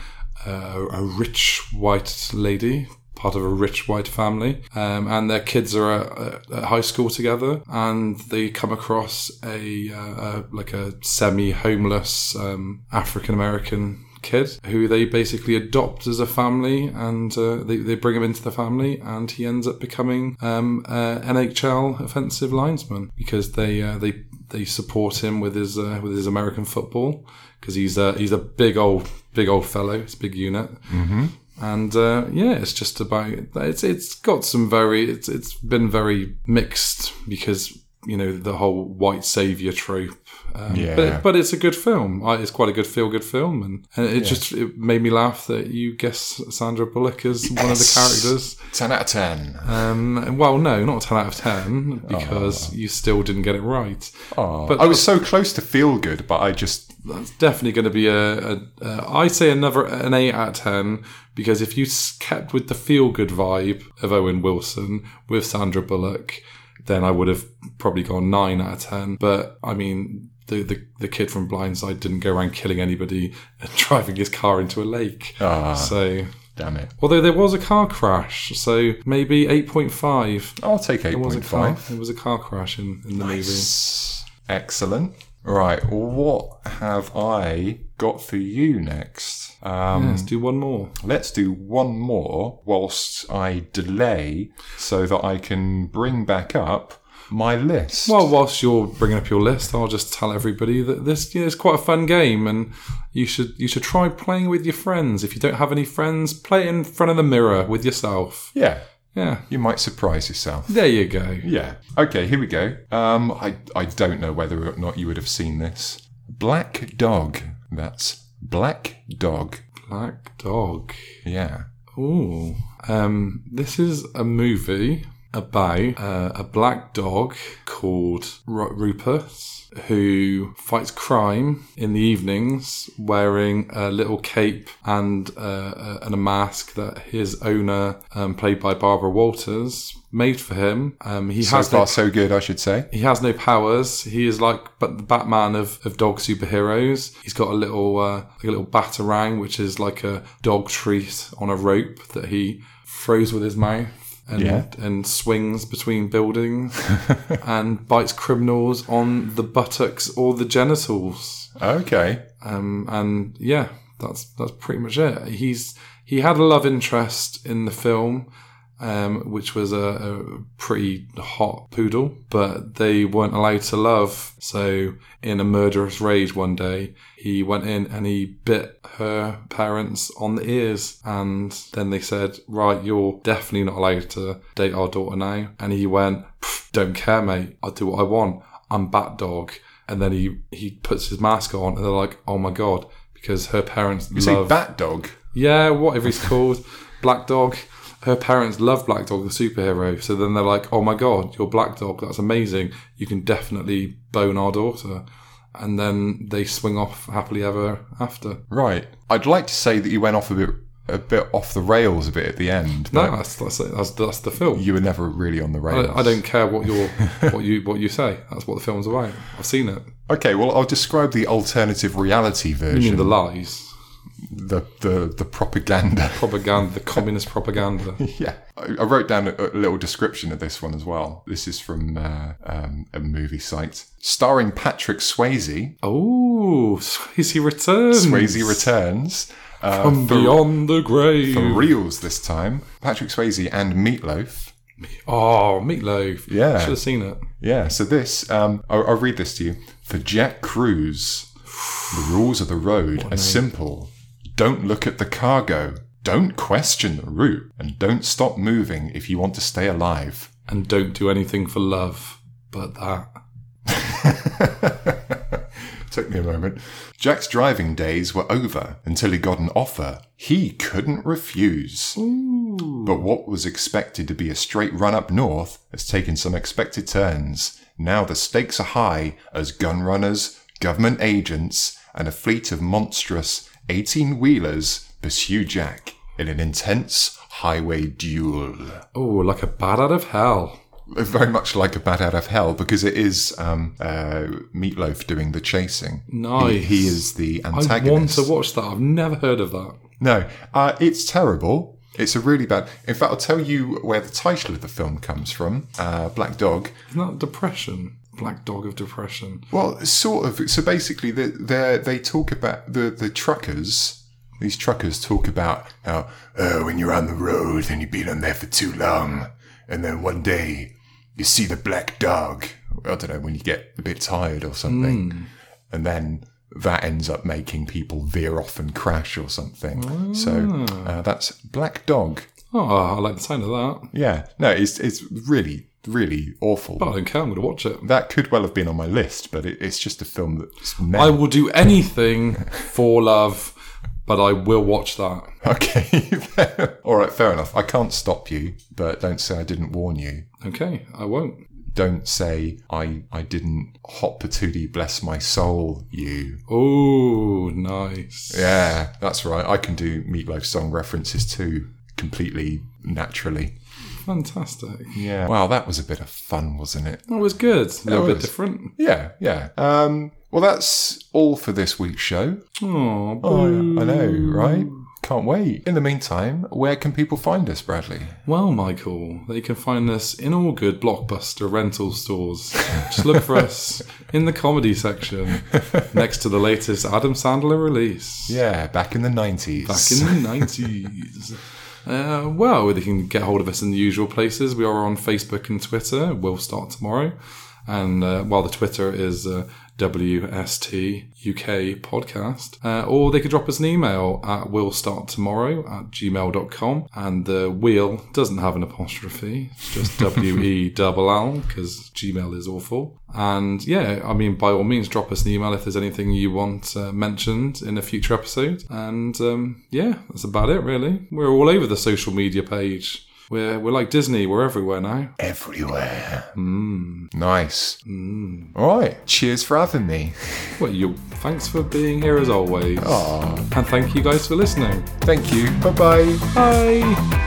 Speaker 2: a a rich white lady, part of a rich white family, um, and their kids are at, at high school together, and they come across a, uh, a like a semi homeless um, African American kid who they basically adopt as a family and uh, they, they bring him into the family and he ends up becoming um, uh, NHL offensive linesman because they uh, they they support him with his uh, with his American football because he's a, he's a big old big old fellow it's a big unit
Speaker 1: Mm-hmm.
Speaker 2: and uh, yeah, it's just about it's it's got some very it's it's been very mixed because you know the whole white savior trope. Um,
Speaker 1: Yeah.
Speaker 2: but, but it's a good film. I, it's quite a good feel good film, and, and it just it made me laugh that you guess Sandra Bullock is one of the
Speaker 1: Yes.
Speaker 2: characters.
Speaker 1: 10 out of 10.
Speaker 2: Um, well, no, not ten out of ten
Speaker 1: Oh.
Speaker 2: because you still didn't get it right.
Speaker 1: Aw.
Speaker 2: but-
Speaker 1: I was so close to feel good, but I just.
Speaker 2: That's definitely going to be a, a, a I say another an eight out of ten because if you s- kept with the feel good vibe of Owen Wilson with Sandra Bullock, then I would have probably gone nine out of ten. But I mean, the the, the kid from Blindside didn't go around killing anybody and driving his car into a lake.
Speaker 1: Ah,
Speaker 2: So
Speaker 1: damn it.
Speaker 2: although there was a car crash, so maybe eight point five.
Speaker 1: I'll take
Speaker 2: There was a car.
Speaker 1: 8.5.
Speaker 2: There was a car crash in, in the movie.
Speaker 1: S- Excellent. Right. What have I got for you next? Um,
Speaker 2: Let's do one more.
Speaker 1: Let's do one more whilst I delay so that I can bring back up my list.
Speaker 2: Well, whilst you're bringing up your list, I'll just tell everybody that this you know, is quite a fun game, and you should you should try playing with your friends. If you don't have any friends, play it in front of the mirror with yourself.
Speaker 1: yeah,
Speaker 2: Yeah,
Speaker 1: you might surprise yourself.
Speaker 2: there you go.
Speaker 1: Yeah. Okay, here we go. Um, I, I don't know whether or not you would have seen this. Black Dog. That's Black Dog.
Speaker 2: Black dog.
Speaker 1: Yeah.
Speaker 2: Ooh, um, this is a movie about uh, a black dog called Ru- Rupert who fights crime in the evenings wearing a little cape and uh, uh, and a mask that his owner, um, played by Barbara Walters, made for him. Um, he
Speaker 1: So
Speaker 2: has no
Speaker 1: far, so good, I should say.
Speaker 2: he has no powers. He is like but the Batman of, of dog superheroes. He's got a little uh, like a little batarang, which is like a dog treat on a rope that he throws with his mouth and
Speaker 1: Yeah.
Speaker 2: and swings between buildings and bites criminals on the buttocks or the genitals.
Speaker 1: Okay.
Speaker 2: Um, and yeah, that's that's pretty much it. He's he had a love interest in the film, um, which was a, a pretty hot poodle, but they weren't allowed to love. So in a murderous rage one day, he went in and he bit her parents on the ears, and then they said, "Right, you're definitely not allowed to date our daughter now." And he went, "Pff, "Don't care, mate. I'll do what I want. I'm Bat Dog." and then he he puts his mask on, and they're like, "Oh my god!" Because her parents
Speaker 1: You see,
Speaker 2: love
Speaker 1: Bat Dog.
Speaker 2: yeah, whatever he's called, Black Dog. Her parents love Black Dog, the superhero. So then they're like, "Oh my god, you're Black Dog. That's amazing. You can definitely bone our daughter." And then they swing off happily ever after.
Speaker 1: Right. I'd like to say that you went off a bit, a bit off the rails a bit at the end.
Speaker 2: No,
Speaker 1: but
Speaker 2: that's that's it. That's, that's the film.
Speaker 1: You were never really on the rails.
Speaker 2: I, I don't care what your what you what you say. That's what the film's about. I've seen it.
Speaker 1: Okay, well, I'll describe the alternative reality
Speaker 2: You mean
Speaker 1: version,
Speaker 2: the lies,
Speaker 1: the, the the propaganda.
Speaker 2: propaganda, the communist propaganda.
Speaker 1: yeah, I, I wrote down a, a little description of this one as well. This is from uh, um, a movie site starring Patrick Swayze.
Speaker 2: Oh, Swayze returns.
Speaker 1: Swayze returns. Uh,
Speaker 2: from beyond the grave.
Speaker 1: for reals this time. Patrick Swayze and Meatloaf.
Speaker 2: Oh, meatloaf.
Speaker 1: Yeah.
Speaker 2: should have seen it.
Speaker 1: Yeah, so this, um, I'll, I'll read this to you. For Jack Cruz, the rules of the road are simple. Don't look at the cargo, don't question the route, and don't stop moving if you want to stay alive.
Speaker 2: And don't do anything for love, but that.
Speaker 1: Took me a moment. Jack's driving days were over until he got an offer he couldn't refuse. But what was expected to be a straight run up north has taken some expected turns. Now the stakes are high as gun runners, government agents, and a fleet of monstrous 18 wheelers pursue Jack in an intense highway duel
Speaker 2: Oh, like a bat out of hell.
Speaker 1: very much like a bat out of hell because it is um, uh, Meatloaf doing the chasing. He,
Speaker 2: Nice.
Speaker 1: he is the
Speaker 2: I want
Speaker 1: antagonist.
Speaker 2: to watch that. I've never heard of that.
Speaker 1: no, uh, it's terrible. It's a really bad. In fact, I'll tell you where the title of the film comes from. Uh, Black Dog.
Speaker 2: Isn't that depression? Black dog of depression.
Speaker 1: Well, sort of. So basically, they they they talk about the the truckers. These truckers talk about how oh, when you're on the road and you've been on there for too long, and then one day you see the black dog. I don't know when you get a bit tired or something, and then that ends up making people veer off and crash or something. So uh, that's black dog.
Speaker 2: Oh, I like the sound of that.
Speaker 1: Yeah, no, it's it's really really awful.
Speaker 2: But I don't care. I'm going to watch it.
Speaker 1: that could well have been on my list, but it, it's just a film that's never
Speaker 2: I will do anything for love, but I will watch that.
Speaker 1: Okay. All right, fair enough. I can't stop you, but don't say I didn't warn you.
Speaker 2: Okay, I won't.
Speaker 1: Don't say I I didn't hot patootie bless my soul you.
Speaker 2: Oh, nice.
Speaker 1: Yeah, that's right. I can do meatloaf song references too, completely naturally.
Speaker 2: Fantastic.
Speaker 1: Yeah. Wow, that was a bit of fun, wasn't it?
Speaker 2: That was good. A little bit
Speaker 1: was.
Speaker 2: different.
Speaker 1: Yeah, yeah. Um well that's all for this week's show.
Speaker 2: Oh,
Speaker 1: I, I
Speaker 2: boo.
Speaker 1: know, right?
Speaker 2: Mm.
Speaker 1: Can't wait. In the meantime, where can people find us, Bradley?
Speaker 2: Well, Michael, they can find us in all good blockbuster rental stores. Just look for us in the comedy section next to the latest Adam Sandler release
Speaker 1: Yeah, back in the 90s.
Speaker 2: back in the 90s. Uh, well, they can get hold of us in the usual places. We are on Facebook and Twitter. We'll start tomorrow. And uh, while the Twitter is uh, WST UK podcast, uh, or they could drop us an email at we'll start tomorrow at gmail.com. And the wheel doesn't have an apostrophe, it's just W E double L because Gmail is awful. And yeah, I mean, by all means, drop us an email if there's anything you want uh, mentioned in a future episode. And um, yeah, that's about it, really. We're all over the social media page. We're, we're like Disney, we're everywhere now.
Speaker 1: everywhere.
Speaker 2: Mm.
Speaker 1: Nice. All right. Cheers for having me.
Speaker 2: Well, you, thanks for being here as always.
Speaker 1: Aw.
Speaker 2: And thank you guys for listening.
Speaker 1: Thank you. Bye bye.
Speaker 2: Bye.